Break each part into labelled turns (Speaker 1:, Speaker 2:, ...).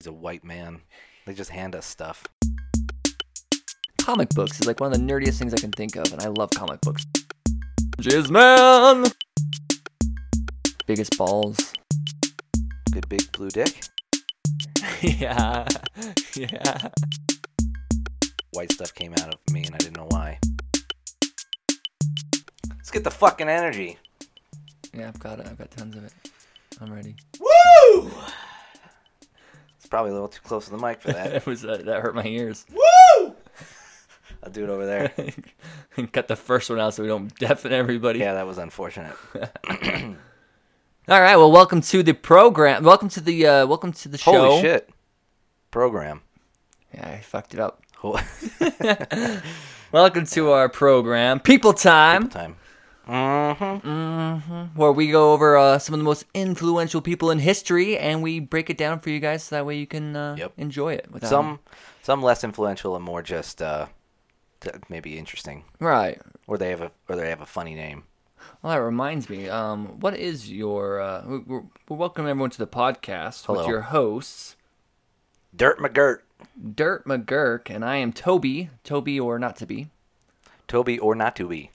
Speaker 1: He's a white man. They just hand us stuff.
Speaker 2: Comic books is like one of the nerdiest things I can think of, and I love comic books. Jizz man! Biggest balls.
Speaker 1: Good big blue dick.
Speaker 2: yeah. Yeah.
Speaker 1: White stuff came out of me, and I didn't know why. Let's get the fucking energy.
Speaker 2: Yeah, I've got it. I've got tons of it. I'm ready.
Speaker 1: Woo! It's probably a little too close to the mic for that.
Speaker 2: That was uh, that hurt my ears.
Speaker 1: Woo! I'll do it over there.
Speaker 2: Cut the first one out so we don't deafen everybody.
Speaker 1: Yeah, that was unfortunate.
Speaker 2: All right. Well, welcome to the program. Welcome to the uh, welcome to the show.
Speaker 1: Holy shit. Program.
Speaker 2: Yeah, I fucked it up.
Speaker 1: Ho-
Speaker 2: Welcome to our program, People Time,
Speaker 1: Time. Mm-hmm.
Speaker 2: where we go over uh, some of the most influential people in history, and we break it down for you guys, so that way you can uh,
Speaker 1: Yep.
Speaker 2: enjoy it. Without
Speaker 1: Some, some less influential and more just uh, t- maybe interesting,
Speaker 2: right.
Speaker 1: or they have a or they have a funny name.
Speaker 2: Well, that reminds me. Um, what is your? Uh, we- we're, we're welcoming everyone to the podcast
Speaker 1: Hello.
Speaker 2: with your hosts,
Speaker 1: Dirt McGirt,
Speaker 2: Dirt McGurk, and I am Toby. Toby or not to be.
Speaker 1: Toby or not to be,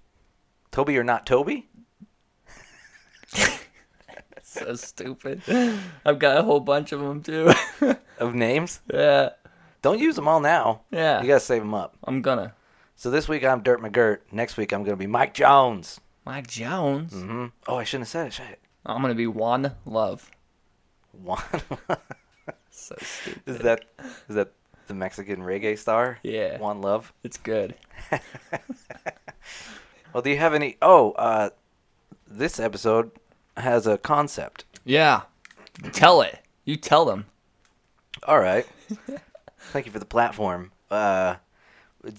Speaker 1: Toby or not Toby.
Speaker 2: So stupid. I've got a whole bunch of them too.
Speaker 1: of names.
Speaker 2: yeah,
Speaker 1: Don't use them all now.
Speaker 2: Yeah.
Speaker 1: You got to save them up.
Speaker 2: I'm gonna.
Speaker 1: So this week I'm Dirt McGirt. Next week I'm going to be Mike Jones.
Speaker 2: Mike Jones.
Speaker 1: hmm Oh, I shouldn't have said it. Shit.
Speaker 2: I'm gonna be one love.
Speaker 1: Juan.
Speaker 2: So stupid.
Speaker 1: is that is that the Mexican reggae star?
Speaker 2: Yeah.
Speaker 1: Juan Love.
Speaker 2: It's good.
Speaker 1: Well, do you have any? Oh, uh, this episode has a concept.
Speaker 2: Yeah. Tell it. You tell them.
Speaker 1: All right. Thank you for the platform. Uh,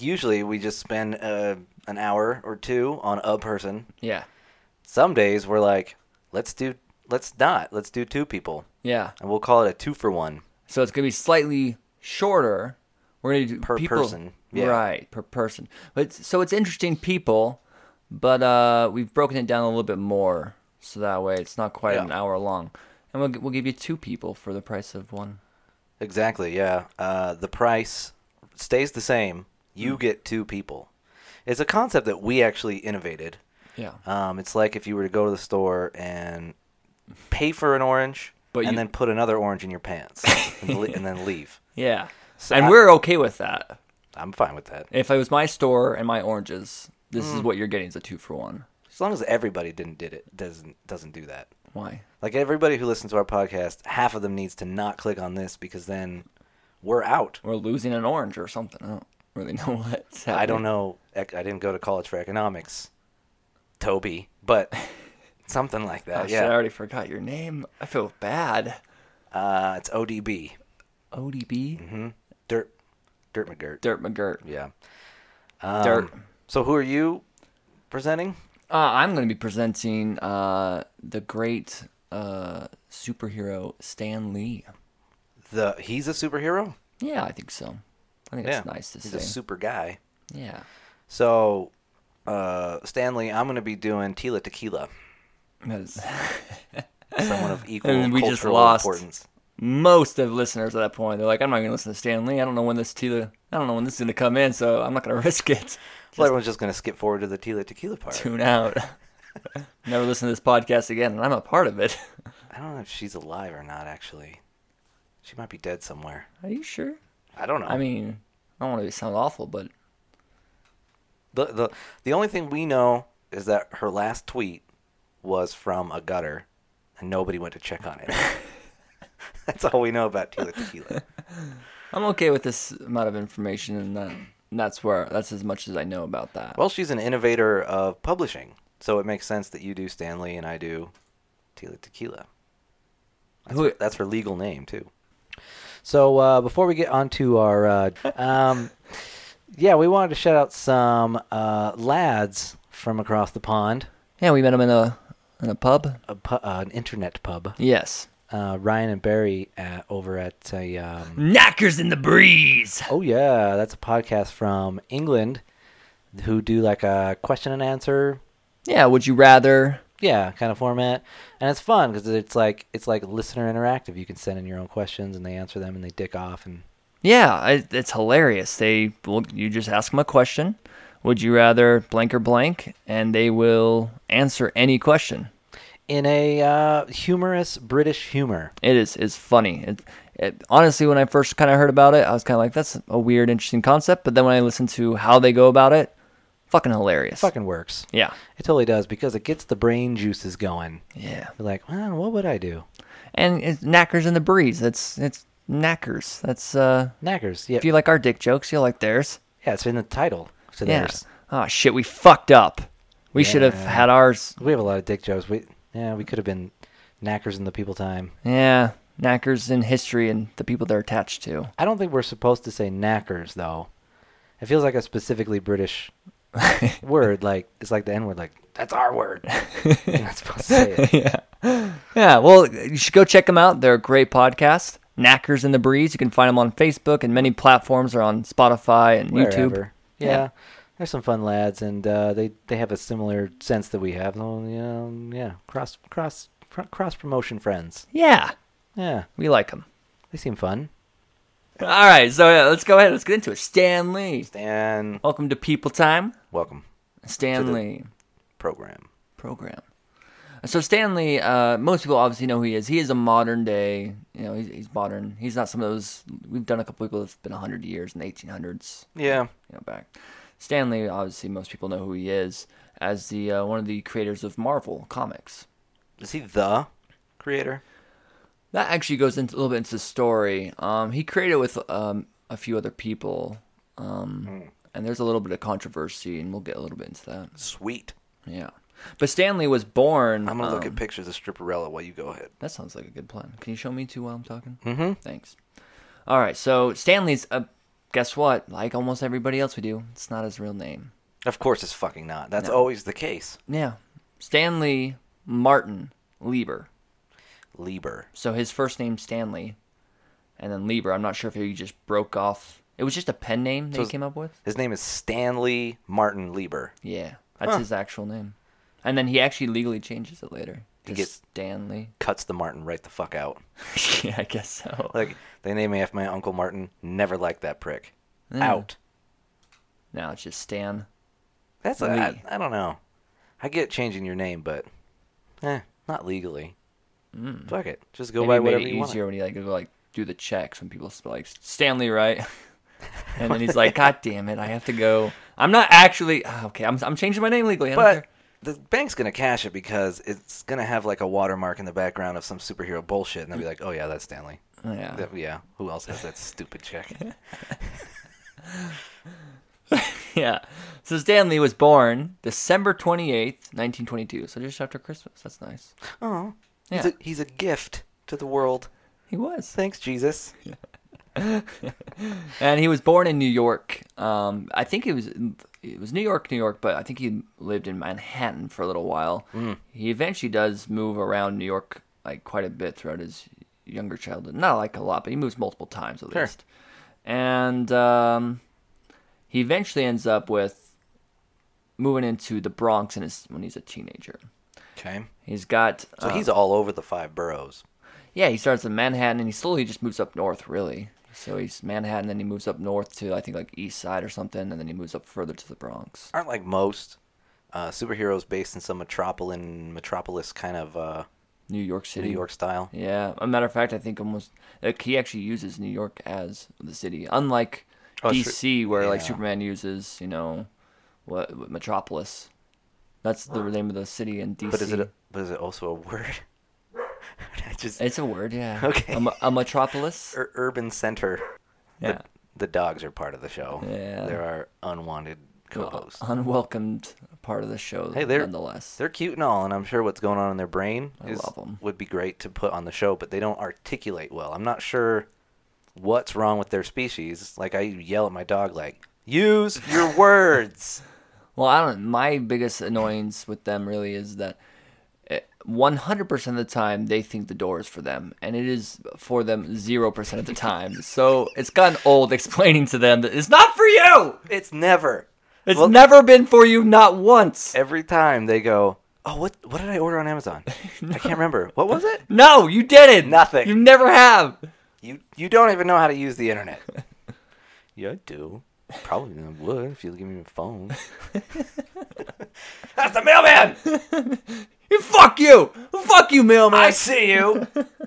Speaker 1: usually we just spend uh, an hour or two on a person.
Speaker 2: Yeah.
Speaker 1: Some days we're like, let's do, let's not, let's do two people.
Speaker 2: Yeah.
Speaker 1: and we'll call it a two for one
Speaker 2: So it's gonna be slightly shorter. We're gonna do
Speaker 1: per
Speaker 2: people-
Speaker 1: person. Yeah.
Speaker 2: Right, per person. But it's- so it's interesting people, but uh, we've broken it down a little bit more, so that way it's not quite
Speaker 1: Yeah.
Speaker 2: an hour long, and we'll g- we'll give you two people for the price of one.
Speaker 1: Exactly. Yeah. Uh, the price stays the same. You
Speaker 2: Mm.
Speaker 1: get two people. It's a concept that we actually innovated.
Speaker 2: Yeah.
Speaker 1: Um, it's like if you were to go to the store and pay for an orange,
Speaker 2: But
Speaker 1: and
Speaker 2: you-
Speaker 1: then put another orange in your pants, and, le- and then leave.
Speaker 2: Yeah.
Speaker 1: So
Speaker 2: and
Speaker 1: I-
Speaker 2: we're okay with that.
Speaker 1: I'm fine with that,
Speaker 2: If it was my store and my oranges, this
Speaker 1: Mm.
Speaker 2: is what you're getting is a two for one.
Speaker 1: as long as everybody didn't did it doesn't doesn't do that.
Speaker 2: Why?
Speaker 1: Like everybody who listens to our podcast, half of them needs to not click on this because then we're out.
Speaker 2: We're losing an orange or something. I don't really know what's happening.
Speaker 1: I don't know. ec- I didn't go to college for economics, Toby, but something like that.
Speaker 2: Gosh, I
Speaker 1: yeah,
Speaker 2: already forgot your name. I feel bad.
Speaker 1: uh, it's ODB,
Speaker 2: ODB?
Speaker 1: Dirt, Dirt McGirt.
Speaker 2: Dirt McGirt.
Speaker 1: Yeah, um,
Speaker 2: Dirt.
Speaker 1: So who are you presenting?
Speaker 2: Uh, I'm going to be presenting uh, the great uh, superhero Stan Lee.
Speaker 1: The he's a superhero.
Speaker 2: Yeah, I think so. I think
Speaker 1: Yeah,
Speaker 2: it's nice to
Speaker 1: he's
Speaker 2: say.
Speaker 1: a super guy.
Speaker 2: yeah.
Speaker 1: So, uh, Stanley, I'm gonna be doing Tila Tequila,
Speaker 2: That is-
Speaker 1: someone of equal
Speaker 2: And we
Speaker 1: cultural
Speaker 2: just lost.
Speaker 1: importance.
Speaker 2: Most of listeners at that point, they're like, I'm not going to listen to Stan Lee. I don't know when this Tila, I don't know when this is going to come in, so I'm not going to risk it.
Speaker 1: Well, everyone's just gonna skip forward to the Tila Tequila part.
Speaker 2: Tune out. Never listen to this podcast again, and I'm a part of it.
Speaker 1: I don't know if she's alive or not. Actually, she might be dead somewhere.
Speaker 2: Are you sure?
Speaker 1: I don't know.
Speaker 2: I mean, I don't want to sound awful, but
Speaker 1: The the the only thing we know is that her last tweet was from a gutter, and nobody went to check on it. That's all we know about Tila Tequila.
Speaker 2: I'm okay with this amount of information, and, that, and that's where that's as much as I know about that.
Speaker 1: Well, she's an innovator of publishing, so it makes sense that you do Stanley and I do Tila Tequila. That's,
Speaker 2: Who-
Speaker 1: her, that's her legal name too. So uh, before we get on to our, uh, um, yeah, we wanted to shout out some uh, lads from across the pond,
Speaker 2: yeah, we met him in a in a pub.
Speaker 1: a pu- uh, an internet pub.
Speaker 2: Yes,
Speaker 1: uh, Ryan and Barry at, over at a. Um,
Speaker 2: knockers in the breeze.
Speaker 1: oh yeah, that's a podcast from England, who do like a question and answer.
Speaker 2: Yeah, would you rather?
Speaker 1: yeah kind of format and it's fun because it's like it's like listener interactive you can send in your own questions and they answer them and they dick off and
Speaker 2: Yeah, I, it's hilarious. They will, you just ask them a question. Would you rather blank or blank? And they will answer any question.
Speaker 1: in a uh, humorous british humor
Speaker 2: It is it's funny. It, it, honestly, when I first kind of heard about it, I was kind of like, "That's a weird, interesting concept." But then when I listened to how they go about it, fucking hilarious.
Speaker 1: fucking works
Speaker 2: Yeah,
Speaker 1: it totally does because it gets the brain juices going
Speaker 2: yeah.
Speaker 1: you're like man what would i do
Speaker 2: And it's knackers in the breeze. It's it's knackers. That's uh,
Speaker 1: knackers yeah
Speaker 2: if you like our dick jokes, you'll like theirs.
Speaker 1: yeah it's in the title so
Speaker 2: Yeah.
Speaker 1: there's
Speaker 2: Oh shit, we fucked up. We should have
Speaker 1: Yeah.
Speaker 2: had ours.
Speaker 1: we have a lot of dick jokes we yeah we could have been knackers in the people time
Speaker 2: Yeah, knackers in history and the people they're attached to.
Speaker 1: i don't think we're supposed to say knackers though it feels like a specifically british word like it's like the n word like that's our word you're not supposed to say it
Speaker 2: Yeah, well, you should go check them out. They're a great podcast. Knackers in the Breeze. You can find them on Facebook and many platforms are on Spotify and YouTube.
Speaker 1: Wherever. Yeah. They're some fun lads, and uh, they they have a similar sense that we have. Oh, you know, yeah, cross cross pr- cross promotion friends.
Speaker 2: Yeah,
Speaker 1: Yeah,
Speaker 2: we like them.
Speaker 1: they seem fun.
Speaker 2: All right, so yeah, let's go ahead. Let's get into it. Stan Lee.
Speaker 1: Stan,
Speaker 2: Welcome to People Time.
Speaker 1: Oh. welcome
Speaker 2: Stan
Speaker 1: To the-
Speaker 2: Lee
Speaker 1: program.
Speaker 2: program. So Stan Lee, uh, most people obviously know who he is. He is a modern day, you know, he's, he's modern. He's not some of those, we've done a couple people that's been 100 years in the 1800s.
Speaker 1: Yeah,
Speaker 2: you know back. Stanley, obviously, most people know who he is as the uh, one of the creators of Marvel comics.
Speaker 1: is he the creator?
Speaker 2: That actually goes into a little bit into the story. Um, he created it with um, a few other people, um, and there's a little bit of controversy, and we'll get a little bit into that.
Speaker 1: Sweet. Uh-huh.
Speaker 2: Yeah, but Stanley was born. um,
Speaker 1: pictures of Stripperella while you go ahead.
Speaker 2: That sounds like a good plan. Can you show me too while I'm talking?
Speaker 1: Mhm.
Speaker 2: Thanks. All right. So Stanley's. Uh, guess what? Like almost everybody else we do, it's not his real name.
Speaker 1: Of course, it's fucking not. That's
Speaker 2: No.
Speaker 1: always the case.
Speaker 2: Yeah. Stanley Martin Lieber.
Speaker 1: Lieber.
Speaker 2: So his first name Stanley, and then Lieber. I'm not sure if he just broke off. It was just a pen name that
Speaker 1: So
Speaker 2: he
Speaker 1: is-
Speaker 2: came up with.
Speaker 1: His name is Stanley Martin Lieber.
Speaker 2: Yeah, that's
Speaker 1: Huh.
Speaker 2: his actual name. And then he actually legally changes it later to
Speaker 1: He gets-
Speaker 2: Stanley.
Speaker 1: Cuts the Martin right the fuck out.
Speaker 2: yeah, I guess so.
Speaker 1: Like they named me after my uncle Martin. Never liked that prick.
Speaker 2: Yeah.
Speaker 1: Out.
Speaker 2: Now it's just Stan.
Speaker 1: That's
Speaker 2: Lee.
Speaker 1: I, I don't know. I get changing your name, but eh, not legally. Fuck it. Just go
Speaker 2: Hmm. Maybe
Speaker 1: by
Speaker 2: it made
Speaker 1: whatever
Speaker 2: it
Speaker 1: you
Speaker 2: easier
Speaker 1: want.
Speaker 2: when he like go like do the checks when people spell like Stanley right, and then he's like, God damn it, I have to go. I'm not actually ah, okay. I'm I'm changing my name legally. I don't
Speaker 1: But
Speaker 2: care.
Speaker 1: the bank's gonna cash it because it's gonna have like a watermark in the background of some superhero bullshit, and they'll be like, "Oh yeah, that's Stanley."
Speaker 2: yeah.
Speaker 1: That- yeah. Who else has that stupid check?
Speaker 2: yeah. So Stanley was born December 28th, 1922. So just after Christmas. That's nice.
Speaker 1: oh, he's,
Speaker 2: Yeah.
Speaker 1: a, he's a gift to the world.
Speaker 2: He was.
Speaker 1: Thanks, Jesus.
Speaker 2: And he was born in New York. Um, I think it was it was New York, New York, but I think he lived in Manhattan for a little while.
Speaker 1: Hmm.
Speaker 2: He eventually does move around New York like quite a bit throughout his younger childhood. Not like a lot, but he moves multiple times at
Speaker 1: Sure.
Speaker 2: least. And um, he eventually ends up with moving into the Bronx in his, when he's a teenager.
Speaker 1: Okay.
Speaker 2: He's got
Speaker 1: So
Speaker 2: uh,
Speaker 1: he's all over the five boroughs.
Speaker 2: Yeah, he starts in Manhattan and he slowly just moves up north, really. So he's Manhattan, then he moves up north to I think like East Side or something, and then he moves up further to the Bronx.
Speaker 1: Aren't like most uh, superheroes based in some metropolitan metropolis kind of uh,
Speaker 2: New York City.
Speaker 1: New York style.
Speaker 2: Yeah. A matter of fact, I think almost like he actually uses New York as the city, unlike
Speaker 1: Oh, sure.
Speaker 2: DC where like
Speaker 1: Yeah.
Speaker 2: Superman uses, you know, what, what Metropolis. That's the name of the city in DC.
Speaker 1: But is it a, but is it also a word? I just
Speaker 2: It's a word, yeah.
Speaker 1: Okay.
Speaker 2: A, me- a metropolis.
Speaker 1: Ur- urban center.
Speaker 2: Yeah.
Speaker 1: The dogs are part of the show.
Speaker 2: Yeah.
Speaker 1: They're our unwanted co-hosts.
Speaker 2: Unwelcomed part of the show.
Speaker 1: Hey, they're-
Speaker 2: nonetheless.
Speaker 1: They're cute and all, and I'm sure what's going on in their brain
Speaker 2: I
Speaker 1: is
Speaker 2: love 'em.
Speaker 1: would be great to put on the show, but they don't articulate well. I'm not sure what's wrong with their species. Like I yell at my dog, like use your words.
Speaker 2: Well, I don't. My biggest annoyance with them really is that eh, one hundred percent of the time they think the door is for them, and it is for them zero percent of the time. so it's gotten old explaining to them that it's not for you.
Speaker 1: It's never.
Speaker 2: It's
Speaker 1: Well-
Speaker 2: never been for you, not once.
Speaker 1: Every time they go, Oh, what what did I order on Amazon? I can't remember. What was it?
Speaker 2: No, you didn't.
Speaker 1: Nothing.
Speaker 2: You never have.
Speaker 1: You you don't even know how to use the internet. yeah, I do. Probably I would if you give me my phone. That's the mailman.
Speaker 2: You- Fuck you. Fuck you, mailman.
Speaker 1: I see you.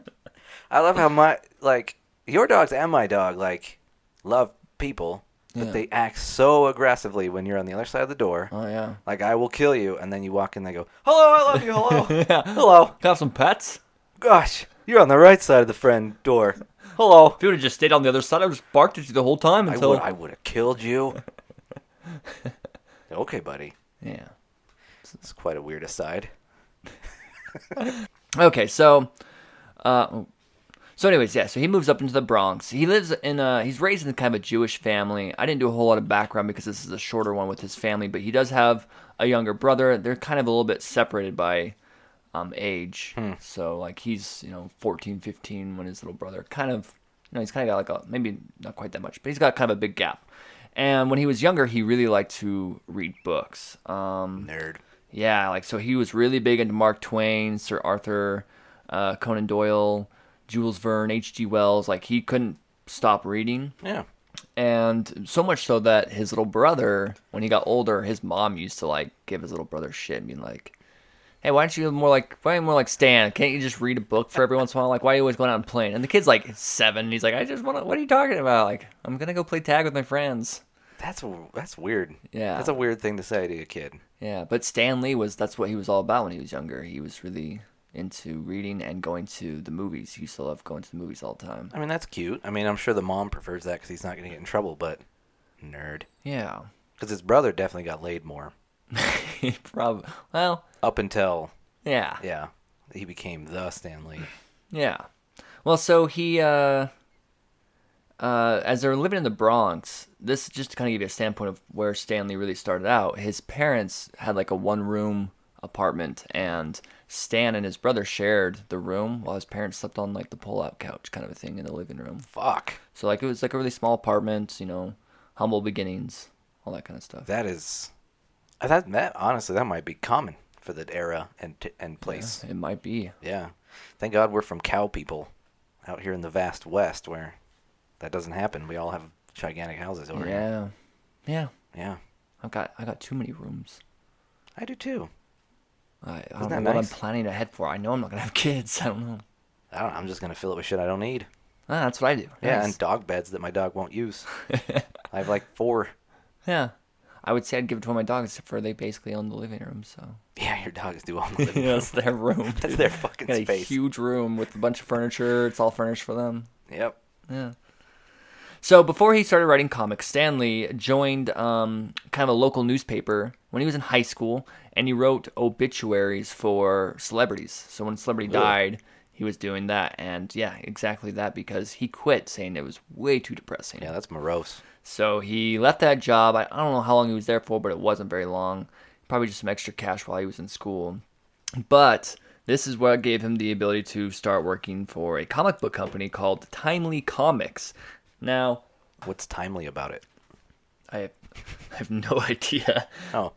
Speaker 1: I love how my like your dogs and my dog like love people, but
Speaker 2: Yeah.
Speaker 1: they act so aggressively when you're on the other side of the door.
Speaker 2: oh yeah.
Speaker 1: Like I will kill you, and then you walk in, they go, "Hello, I love you, hello,
Speaker 2: yeah.
Speaker 1: hello."
Speaker 2: Have some pets.
Speaker 1: Gosh, you're on the right side of the friend door. Hello.
Speaker 2: If you would have just stayed on the other side, I would have just barked at you the whole time
Speaker 1: I
Speaker 2: until.
Speaker 1: would, I would have killed you. okay, buddy.
Speaker 2: Yeah.
Speaker 1: It's quite a weird aside.
Speaker 2: Okay, so, uh, so anyways, yeah. So he moves up into the Bronx. He lives in a. He's raised in kind of a Jewish family. I didn't do a whole lot of background because this is a shorter one with his family, but he does have a younger brother. They're kind of a little bit separated by um, age. So like he's you know 14, 15 when his little brother kind of you know he's kind of got like a maybe not quite that much, but he's got kind of a big gap. And when he was younger, he really liked to read books. Um,
Speaker 1: Nerd.
Speaker 2: yeah, like so he was really big into Mark Twain, Sir Arthur, uh, Conan Doyle, Jules Verne, H.G. Wells. Like he couldn't stop reading,
Speaker 1: Yeah.
Speaker 2: and so much so that his little brother, when he got older, his mom used to like give his little brother shit, and be like, "Hey, why don't you more like why are you more like Stan? Can't you just read a book for every once in a while? Like why are you always going out and playing?" And the kid's like seven, and he's like, "I just want to. What are you talking about? Like I'm gonna go play tag with my friends."
Speaker 1: That's a- that's weird.
Speaker 2: Yeah.
Speaker 1: That's a weird thing to say to a kid.
Speaker 2: Yeah, but Stan Lee was that's what he was all about when he was younger. He was really into reading and going to the movies. He used to love going to the movies all the time.
Speaker 1: I mean, that's cute. I mean, I'm sure the mom prefers that because he's not going to get in trouble. But nerd,
Speaker 2: Yeah.
Speaker 1: because his brother definitely got laid more
Speaker 2: he probably well,
Speaker 1: up until
Speaker 2: yeah.
Speaker 1: yeah he became the Stanley.
Speaker 2: Yeah. Well, so he, uh, uh, as they're living in the Bronx, this just to kind of give you a standpoint of where Stanley really started out. His parents had like a one room apartment, and Stan and his brother shared the room while his parents slept on like the pull out couch kind of a thing in the living room.
Speaker 1: Fuck,
Speaker 2: So like it was like a really small apartment, you know, humble beginnings, all that kind of stuff.
Speaker 1: that is I thought that honestly that might be common for that era and t- and place.
Speaker 2: It might be.
Speaker 1: Yeah. thank God we're from cow people out here in the vast West where that doesn't happen. We all have gigantic houses over here.
Speaker 2: Yeah. Yeah.
Speaker 1: Yeah,
Speaker 2: I've got I got too many rooms.
Speaker 1: I do too.
Speaker 2: I, I
Speaker 1: Isn't
Speaker 2: don't know
Speaker 1: that
Speaker 2: what I'm
Speaker 1: nice?
Speaker 2: planning ahead for. I know I'm not gonna have kids. I don't know.
Speaker 1: I don't, I'm just gonna fill it with shit I don't need.
Speaker 2: Ah, that's what I do.
Speaker 1: Yeah,
Speaker 2: Nice.
Speaker 1: and dog beds that my dog won't use. I have like four.
Speaker 2: yeah. I would say I'd give it to all my dogs, except for they basically own the living room. So
Speaker 1: Yeah, your dogs do all the living.
Speaker 2: yeah, it's their room.
Speaker 1: That's their
Speaker 2: They
Speaker 1: fucking
Speaker 2: got a
Speaker 1: space.
Speaker 2: huge room with a bunch of furniture. It's all furnished for them.
Speaker 1: Yep.
Speaker 2: Yeah. So before he started writing comics, Stanley joined um, kind of a local newspaper when he was in high school, and he wrote obituaries for celebrities. So when a celebrity died, he was doing that, and yeah, exactly that because he quit, saying it was way too depressing.
Speaker 1: Yeah, that's morose.
Speaker 2: So he left that job. I, I don't know how long he was there for, but it wasn't very long. Probably just some extra cash while he was in school. But this is what gave him the ability to start working for a comic book company called Timely Comics. Now,
Speaker 1: What's timely about it?
Speaker 2: I have, I have no idea.
Speaker 1: Oh,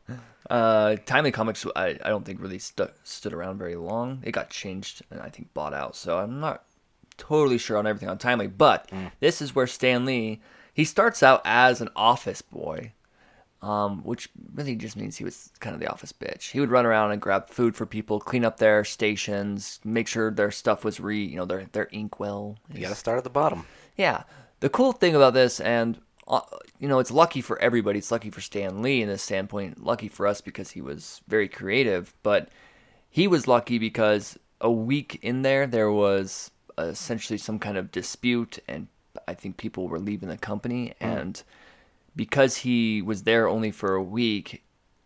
Speaker 2: Uh, Timely Comics, I, I don't think really stu- stood around very long. It got changed and I think bought out, so I'm not totally sure on everything on Timely. But this is where Stan Lee he starts out as an office boy, um, which really just means he was kind of the office bitch. He would run around and grab food for people, clean up their stations, make sure their stuff was re you know their their ink well.
Speaker 1: you got to start at the bottom.
Speaker 2: Yeah. The cool thing about this, and uh, you know, it's lucky for everybody. It's lucky for Stan Lee in this standpoint. Lucky for us because he was very creative, but he was lucky because a week in there, there was essentially some kind of dispute, and I think people were leaving the company. And because he was there only for a week,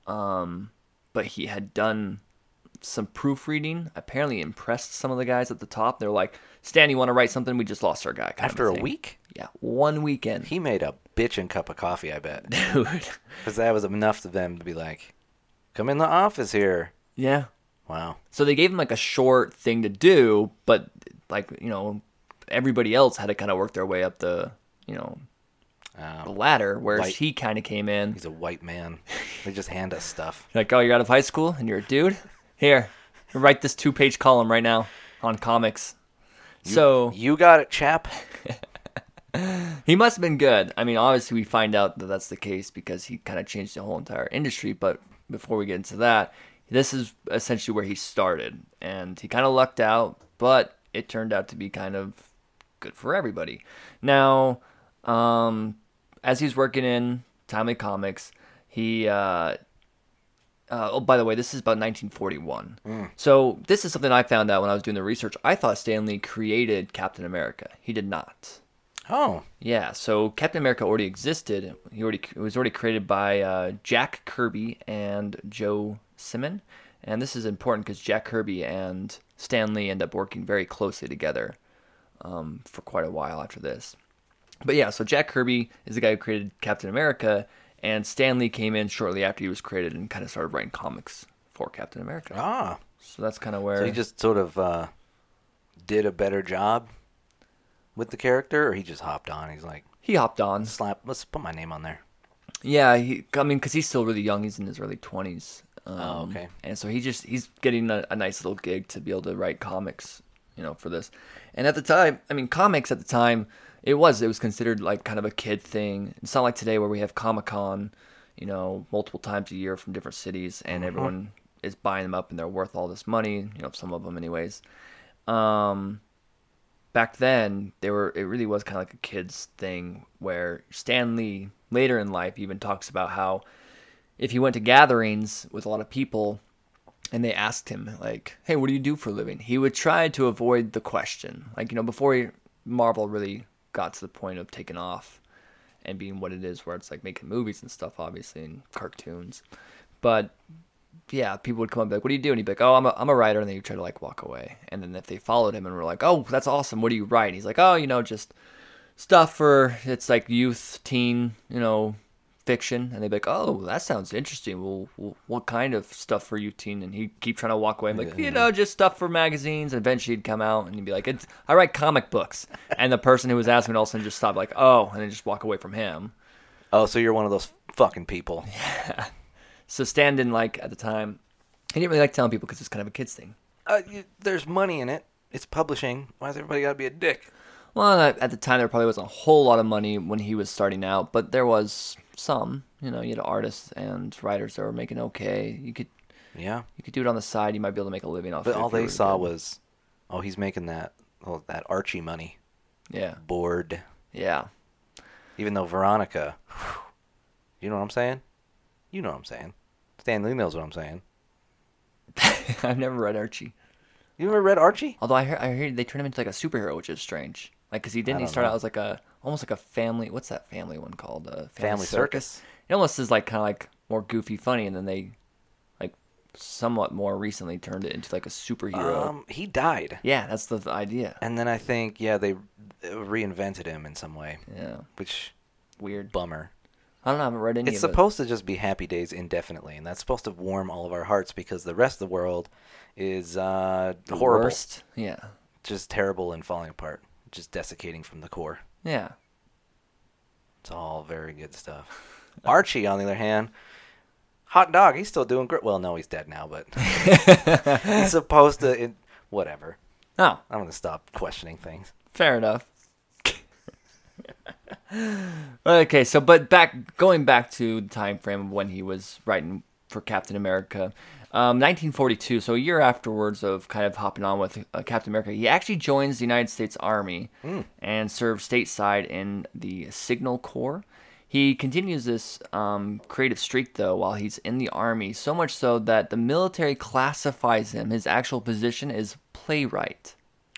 Speaker 2: um, but he had done some proofreading, apparently impressed some of the guys at the top. They're like, "Stan, you want to write something? We just lost our guy." kind of
Speaker 1: After a
Speaker 2: thing.
Speaker 1: week,
Speaker 2: Yeah, one weekend.
Speaker 1: he made a bitchin' cup of coffee, I bet.
Speaker 2: Dude.
Speaker 1: Because that was enough to them to be like, come in the office here.
Speaker 2: Yeah.
Speaker 1: Wow.
Speaker 2: So they gave him like a short thing to do, but like, you know, everybody else had to kind of work their way up the, you know, the
Speaker 1: Um,
Speaker 2: ladder, whereas
Speaker 1: Right.
Speaker 2: he kind of came in
Speaker 1: he's a white man. They just hand us stuff.
Speaker 2: like, oh, you're out of high school and you're a dude? Here, write this two page column right now on comics. so
Speaker 1: You got it, chap.
Speaker 2: he must have been good. I mean, obviously, we find out that that's the case because he kind of changed the whole entire industry. But before we get into that, this is essentially where he started. And he kind of lucked out, but it turned out to be kind of good for everybody. Now, um, as he's working in Timely Comics, he. Uh, uh, oh, by the way, this is about 1941. So this is something I found out when I was doing the research. I thought Stanley created Captain America. He did not.
Speaker 1: Oh,
Speaker 2: Yeah, so Captain America already existed. He already it was already created by uh, Jack Kirby and Joe Simon, and this is important because Jack Kirby and Stan Lee end up working very closely together um, for quite a while after this. But yeah, so Jack Kirby is the guy who created Captain America, and Stan Lee came in shortly after he was created and kind of started writing comics for Captain America.
Speaker 1: ah.
Speaker 2: So that's kind of where
Speaker 1: So he just sort of uh, did a better job with the character, or he just hopped on. He's like,
Speaker 2: he hopped on.
Speaker 1: slap. Let's put my name on there.
Speaker 2: Yeah, he, I mean, because he's still really young. He's in his early twenties. Um,
Speaker 1: okay.
Speaker 2: And so he just he's getting a, a nice little gig to be able to write comics, you know, for this. And at the time, I mean, comics at the time, it was it was considered like kind of a kid thing. It's not like today where we have Comic Con, you know, multiple times a year from different cities, and everyone is buying them up, and they're worth all this money. You know, some of them, anyways. Um, back then they were it really was kind of like a kids thing where Stan Lee later in life even talks about how if he went to gatherings with a lot of people and they asked him like hey what do you do for a living he would try to avoid the question like you know before he, Marvel really got to the point of taking off and being what it is where it's like making movies and stuff obviously and cartoons but yeah, people would come up and be like, "What do you do?" And he'd be like, "Oh, I'm a, I'm a writer," and then he'd try to like walk away. And then if they followed him and were like, "Oh, that's awesome. What do you write?" And he's like, "Oh, you know, just stuff for it's like youth, teen, you know, fiction." And they'd be like, "Oh, that sounds interesting. Well, well what kind of stuff for you, teen?" And he'd keep trying to walk away. i like, "You know, just stuff for magazines." And eventually he'd come out and he'd be like, it's, "I write comic books." And the person who was asking all of a sudden just stopped, like, "Oh," and then just walk away from him.
Speaker 1: Oh, so you're one of those fucking people.
Speaker 2: So Stan didn't like at the time. He didn't really like telling people because it's kind of a kids thing.
Speaker 1: Uh, you, there's money in it. It's publishing. Why's everybody got to be a dick?
Speaker 2: Well, at at the time, there probably wasn't a whole lot of money when he was starting out, but there was some. You know, you had artists and writers that were making okay. You could
Speaker 1: Yeah.
Speaker 2: you could do it on the side. You might be able to make a living off.
Speaker 1: But
Speaker 2: it if
Speaker 1: all
Speaker 2: you were
Speaker 1: they
Speaker 2: really
Speaker 1: saw
Speaker 2: good.
Speaker 1: was, oh, he's making that oh, that Archie money.
Speaker 2: yeah,
Speaker 1: Bored.
Speaker 2: yeah,
Speaker 1: Even though Veronica, you know what I'm saying? You know what I'm saying. Stan Lee knows what I'm saying.
Speaker 2: I've never read Archie.
Speaker 1: You ever read Archie?
Speaker 2: Although I hear I hear they turned him into like a superhero, which is strange. Like, cause he didn't. He
Speaker 1: don't
Speaker 2: started
Speaker 1: know.
Speaker 2: out as like a almost like a family. What's that family one called? Uh, family,
Speaker 1: Family Circus.
Speaker 2: It almost is like kind of like more goofy, funny, and then they like somewhat more recently turned it into like a superhero.
Speaker 1: Um, he died,
Speaker 2: yeah, that's the, the idea.
Speaker 1: and then I think yeah they reinvented him in some way,
Speaker 2: Yeah.
Speaker 1: which
Speaker 2: Weird.
Speaker 1: bummer.
Speaker 2: I don't know. I haven't read any
Speaker 1: It's
Speaker 2: of
Speaker 1: supposed to just be happy days indefinitely, and that's supposed to warm all of our hearts because the rest of the world is uh,
Speaker 2: it.
Speaker 1: horrible,
Speaker 2: Worst. Yeah.
Speaker 1: just terrible and falling apart, just desiccating from the core.
Speaker 2: Yeah.
Speaker 1: It's all very good stuff. Archie, on the other hand, hot dog. He's still doing great. Well, no, he's dead now, but he's supposed to. It, whatever.
Speaker 2: Oh,
Speaker 1: I'm gonna stop questioning things.
Speaker 2: fair enough. okay, so but back going back to the time frame of when he was writing for Captain America, um, 1942. So a year afterwards of kind of hopping on with uh, Captain America, he actually joins the United States Army and serves stateside in the Signal Corps. He continues this um, creative streak though while he's in the army, so much so that the military classifies him. His actual position is playwright.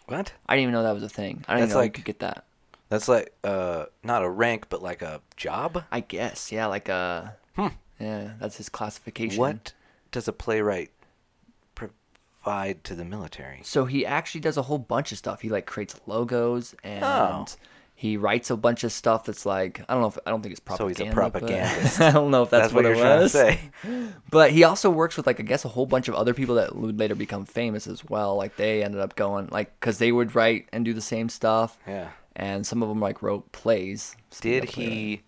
Speaker 1: What?
Speaker 2: I didn't even know that was a thing. I didn't
Speaker 1: That's
Speaker 2: know you
Speaker 1: like-
Speaker 2: could get that.
Speaker 1: That's like uh, not a rank, but like a job.
Speaker 2: I guess, yeah, like a
Speaker 1: Hmm.
Speaker 2: yeah, that's his classification.
Speaker 1: What does a playwright provide to the military?
Speaker 2: So he actually does a whole bunch of stuff. He like creates logos and
Speaker 1: Oh.
Speaker 2: he writes a bunch of stuff that's like I don't know if I don't think it's
Speaker 1: So he's
Speaker 2: propaganda.
Speaker 1: a
Speaker 2: but-
Speaker 1: propagandist.
Speaker 2: I don't know if that's,
Speaker 1: what, you're
Speaker 2: it
Speaker 1: trying to
Speaker 2: was.
Speaker 1: say.
Speaker 2: But he also works with like I guess a whole bunch of other people that would later become famous as well. Like they ended up going like because they would write and do the same stuff.
Speaker 1: Yeah.
Speaker 2: And some of them like wrote plays.
Speaker 1: Did
Speaker 2: stand-up playwright.
Speaker 1: he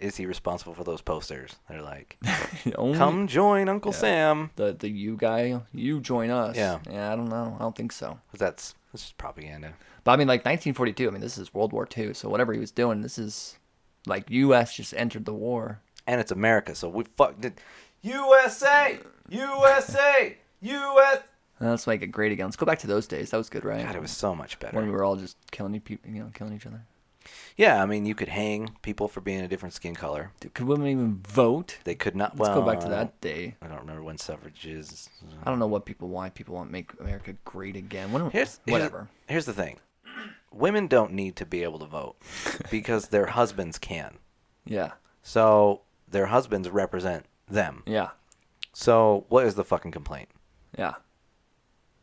Speaker 1: is he responsible for those posters? They're like,
Speaker 2: Only
Speaker 1: come join Uncle Sam.
Speaker 2: the the you guy, you join us.
Speaker 1: Yeah.
Speaker 2: Yeah, I don't know. I don't think so.
Speaker 1: 'Cause That's this is propaganda.
Speaker 2: But I mean, like 1942. I mean, this is World War II. So whatever he was doing, this is like U.S. just entered the war.
Speaker 1: and it's America, so we fucked it. USA, USA, U.S.
Speaker 2: And let's make it great again. Let's go back to those days. That was good, right?
Speaker 1: God, it was so much better.
Speaker 2: when we were all just killing people, you know, killing each other.
Speaker 1: Yeah, I mean, you could hang people for being a different skin color.
Speaker 2: Dude, could women even vote?
Speaker 1: They could not.
Speaker 2: Let's
Speaker 1: well,
Speaker 2: go back to
Speaker 1: I don't-
Speaker 2: that day.
Speaker 1: I don't remember when suffrage is.
Speaker 2: I don't know what people why people want to make America great again. When,
Speaker 1: Here's here's-
Speaker 2: whatever.
Speaker 1: Here's, the thing: women don't need to be able to vote because their husbands can.
Speaker 2: Yeah.
Speaker 1: So their husbands represent them.
Speaker 2: Yeah.
Speaker 1: So what is the fucking complaint?
Speaker 2: Yeah.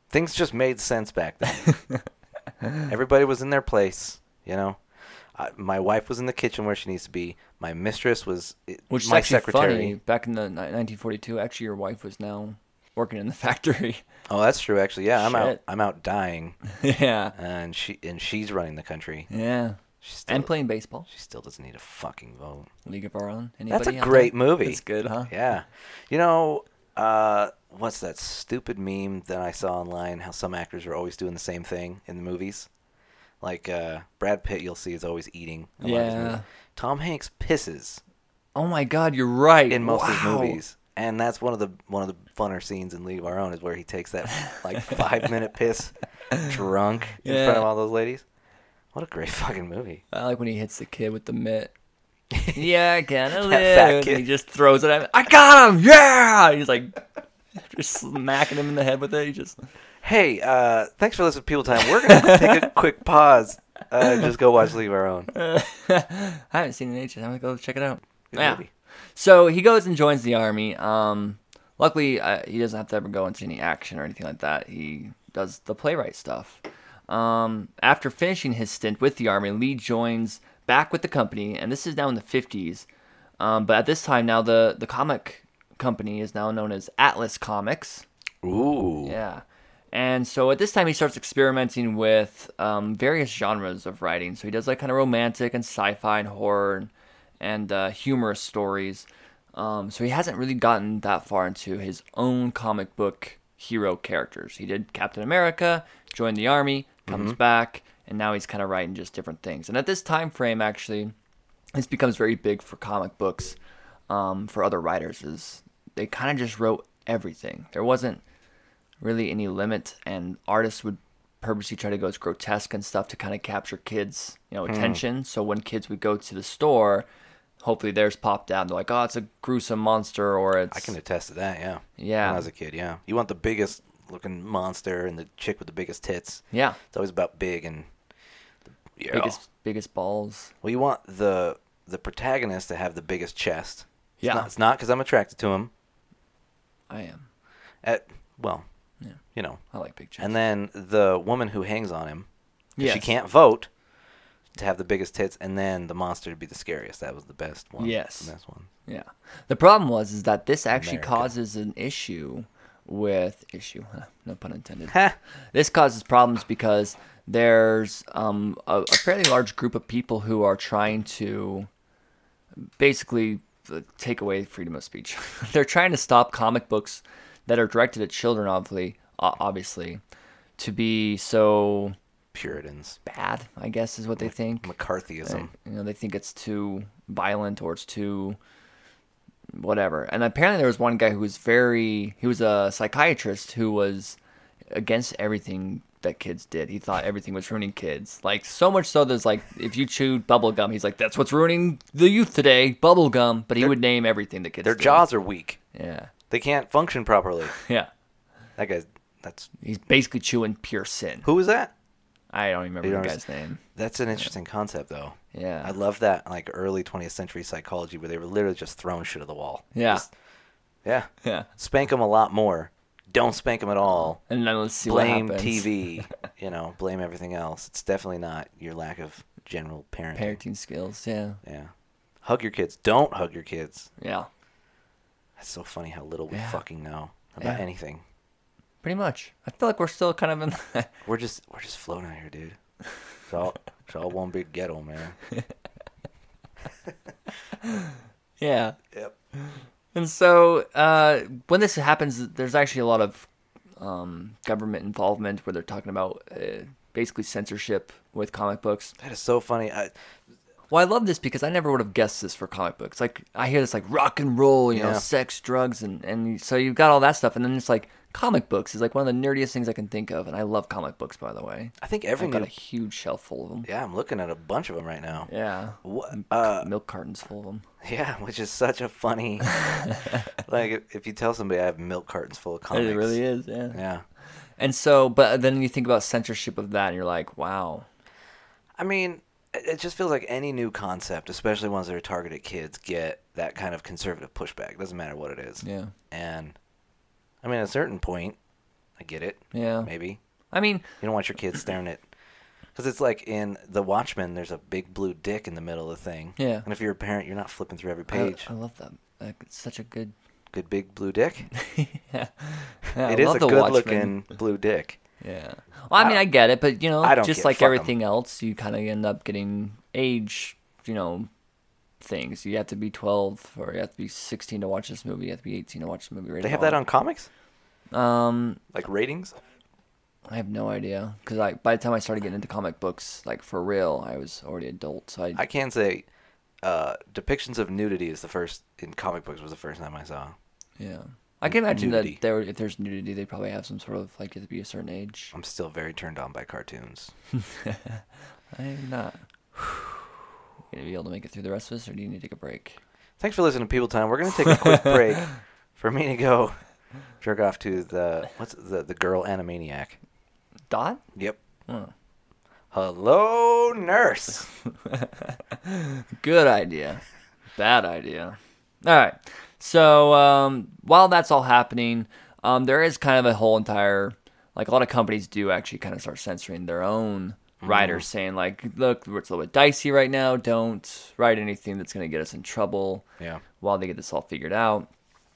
Speaker 1: things just made sense back then. Everybody was in their place, you know. I, my wife was in the kitchen where she needs to be. My mistress was it-
Speaker 2: Which is
Speaker 1: my
Speaker 2: actually
Speaker 1: secretary.
Speaker 2: funny. Back in the ni- 1942, actually, your wife was now working in the factory.
Speaker 1: Oh, that's true. Actually, yeah, I'm out.
Speaker 2: Shit.
Speaker 1: I'm out dying,
Speaker 2: yeah.
Speaker 1: and she and she's running the country.
Speaker 2: Yeah.
Speaker 1: She still,
Speaker 2: And playing baseball.
Speaker 1: she still doesn't need a fucking vote.
Speaker 2: League of Our Own. Anybody
Speaker 1: That's a
Speaker 2: out there?
Speaker 1: great movie.
Speaker 2: It's good, huh?
Speaker 1: Yeah, you know, uh, what's that stupid meme that I saw online? How some actors are always doing the same thing in the movies. Like uh, Brad Pitt, you'll see is always eating. a lot of his
Speaker 2: Yeah.
Speaker 1: movies. Tom Hanks pisses
Speaker 2: Oh my God, you're right.
Speaker 1: in most of his
Speaker 2: Wow.
Speaker 1: movies, and that's one of the one of the funner scenes in League of Our Own is where he takes that like five minute piss, drunk in
Speaker 2: Yeah.
Speaker 1: front of all those ladies. What a great fucking movie!
Speaker 2: I like when he hits the kid with the mitt. yeah, I gotta
Speaker 1: That fat
Speaker 2: live.
Speaker 1: kid.
Speaker 2: He just throws it at me. I got him. Yeah. He's like, just smacking him in the head with it. He just.
Speaker 1: Hey, uh, thanks for listening to People Time. We're gonna take a quick pause. Uh, and just go watch League of Our Own.
Speaker 2: I haven't seen it in ages. I'm gonna go check it out.
Speaker 1: Good
Speaker 2: yeah.
Speaker 1: movie.
Speaker 2: So he goes and joins the army. Um, luckily, uh, he doesn't have to ever go into any action or anything like that. He does the playwright stuff. Um, after finishing his stint with the army, Lee joins back with the company, and this is now in the 50s. Um, but at this time, now the the comic company is now known as Atlas Comics.
Speaker 1: Ooh.
Speaker 2: Yeah. And so at this time, he starts experimenting with um, various genres of writing. So he does like kind of romantic and sci fi and horror and, and uh, humorous stories. Um, so he hasn't really gotten that far into his own comic book hero characters. He did Captain America, joined the army, comes back, and now he's kind of writing just different things. And at this time frame, actually, this becomes very big for comic books um, for other writers is they kind of just wrote everything there wasn't really any limit and artists would purposely try to go as grotesque and stuff to kind of capture kids you
Speaker 1: Hmm.
Speaker 2: know attention so when kids would go to the store hopefully theirs popped out and they're like oh it's a gruesome monster or it's
Speaker 1: I can attest to that, yeah.
Speaker 2: Yeah.
Speaker 1: When I was a kid, yeah. You want the biggest looking monster and the chick with the biggest tits.
Speaker 2: yeah
Speaker 1: It's always about big and the, yeah.
Speaker 2: biggest biggest balls
Speaker 1: Well, you want the the protagonist to have the biggest chest. It's
Speaker 2: Yeah.
Speaker 1: Not, it's not because I'm attracted to him.
Speaker 2: i am
Speaker 1: At well, you know.
Speaker 2: i like big chicks
Speaker 1: And then the woman who hangs on him, 'cause she
Speaker 2: Yes.
Speaker 1: can't vote, to have the biggest tits, and then the monster to be the scariest. That was the best one.
Speaker 2: Yes.
Speaker 1: The best one.
Speaker 2: Yeah. The problem was is that this actually
Speaker 1: America.
Speaker 2: causes an issue with issue, huh, no pun intended.
Speaker 1: Ha!
Speaker 2: this causes problems because there's um, a, a fairly large group of people who are trying to basically uh, take away freedom of speech. They're trying to stop comic books that are directed at children, obviously, o- obviously, to be so
Speaker 1: Puritans.
Speaker 2: bad. I guess is what they think.
Speaker 1: McCarthyism.
Speaker 2: You know, they think it's too violent or it's too whatever. And apparently there was one guy who was very he was a psychiatrist who was against everything that kids did. He thought everything was ruining kids. Like so much so there's like if you chewed bubble gum, he's like that's what's ruining the youth today, bubble gum, but he would name everything that kids
Speaker 1: Their
Speaker 2: do.
Speaker 1: jaws are weak.
Speaker 2: Yeah.
Speaker 1: They can't function properly.
Speaker 2: Yeah.
Speaker 1: That guy's. That's
Speaker 2: He's basically chewing pure sin.
Speaker 1: who is that?
Speaker 2: I don't even remember
Speaker 1: don't
Speaker 2: the guy's name.
Speaker 1: That's an interesting concept, though.
Speaker 2: Yeah.
Speaker 1: I love that like early 20th century psychology where they were literally just throwing shit at the wall.
Speaker 2: Yeah.
Speaker 1: Just- yeah.
Speaker 2: Yeah.
Speaker 1: Spank them a lot more. Don't spank them at all.
Speaker 2: And then let's see
Speaker 1: Blame
Speaker 2: what happens.
Speaker 1: TV. you know, blame everything else. It's definitely not your lack of general parenting.
Speaker 2: Parenting skills, yeah.
Speaker 1: Yeah. Hug your kids. Don't hug your kids.
Speaker 2: Yeah.
Speaker 1: That's so funny how little we
Speaker 2: Yeah.
Speaker 1: fucking know about
Speaker 2: Yeah.
Speaker 1: anything.
Speaker 2: Pretty much. I feel like we're still kind of in the
Speaker 1: We're just we're just floating out here, dude. It's all it's all one big ghetto, man.
Speaker 2: yeah.
Speaker 1: Yep.
Speaker 2: And so uh, when this happens, there's actually a lot of um, government involvement where they're talking about uh, basically censorship with comic books.
Speaker 1: That is so funny. I,
Speaker 2: Well, I love this because I never would have guessed this for comic books. Like I hear this like rock and roll, you
Speaker 1: Yeah.
Speaker 2: know, sex, drugs, and and so you've got all that stuff, and then it's like comic books is like one of the nerdiest things I can think of, and I love comic books by the way.
Speaker 1: I think
Speaker 2: I've
Speaker 1: every
Speaker 2: got a
Speaker 1: new.
Speaker 2: huge shelf full of them.
Speaker 1: Yeah, I'm looking at a bunch of them right now.
Speaker 2: Yeah.
Speaker 1: What? Uh,
Speaker 2: Milk cartons full of them.
Speaker 1: yeah, which is such a funny. like, if, if you tell somebody I have milk cartons full of comics.
Speaker 2: It really is, yeah.
Speaker 1: Yeah.
Speaker 2: And so, but then you think about censorship of that, and you're like, wow,
Speaker 1: I mean, it it just feels like any new concept, especially ones that are targeted at kids, get that kind of conservative pushback. It doesn't matter what it is.
Speaker 2: yeah,
Speaker 1: And, I mean, at a certain point, I get it.
Speaker 2: yeah.
Speaker 1: Maybe.
Speaker 2: I mean,
Speaker 1: You don't want your kids staring at. Because it's like in The Watchmen, there's a big blue dick in the middle of the thing.
Speaker 2: Yeah.
Speaker 1: And if you're a parent, you're not flipping through every
Speaker 2: I-
Speaker 1: page.
Speaker 2: I, love that. Like, it's such a good.
Speaker 1: Good big blue dick.
Speaker 2: yeah, yeah
Speaker 1: it is
Speaker 2: love
Speaker 1: a
Speaker 2: the
Speaker 1: good
Speaker 2: Watchmen.
Speaker 1: looking blue dick.
Speaker 2: Yeah. Well, I mean, I, get it, but you know,
Speaker 1: I don't
Speaker 2: just
Speaker 1: get-
Speaker 2: like
Speaker 1: fuck 'em.
Speaker 2: everything else, you kind of end up getting age, you know, things. You have to be 12 or you have to be 16 to watch this movie. You have to be 18 to watch the movie.
Speaker 1: They have that on comics?
Speaker 2: Um,
Speaker 1: Like ratings?
Speaker 2: I have no idea because I by the time I started getting into comic books, like for real, I was already adult. So I,
Speaker 1: I can say uh, depictions of nudity is the first, in comic books, was the first time I saw.
Speaker 2: yeah. I can imagine
Speaker 1: Nudity.
Speaker 2: that there, if there's nudity, they probably have some sort of like you have to be a certain age.
Speaker 1: I'm still very turned on by cartoons.
Speaker 2: I'm not. Gonna be able to make it through the rest of this, or do you need to take a break?
Speaker 1: Thanks for listening to People Time. We're going to take a quick break for me to go jerk off to the, what's the, the girl Animaniac.
Speaker 2: Dot?
Speaker 1: Yep. Hello, nurse.
Speaker 2: Good idea. Bad idea. All right. So um, while that's all happening, um, there is kind of a whole entire like a lot of companies do actually kind of start censoring their own writers, saying like, look, it's a little bit dicey right now. Don't write anything that's going to get us in trouble.
Speaker 1: Yeah.
Speaker 2: While they get this all figured out.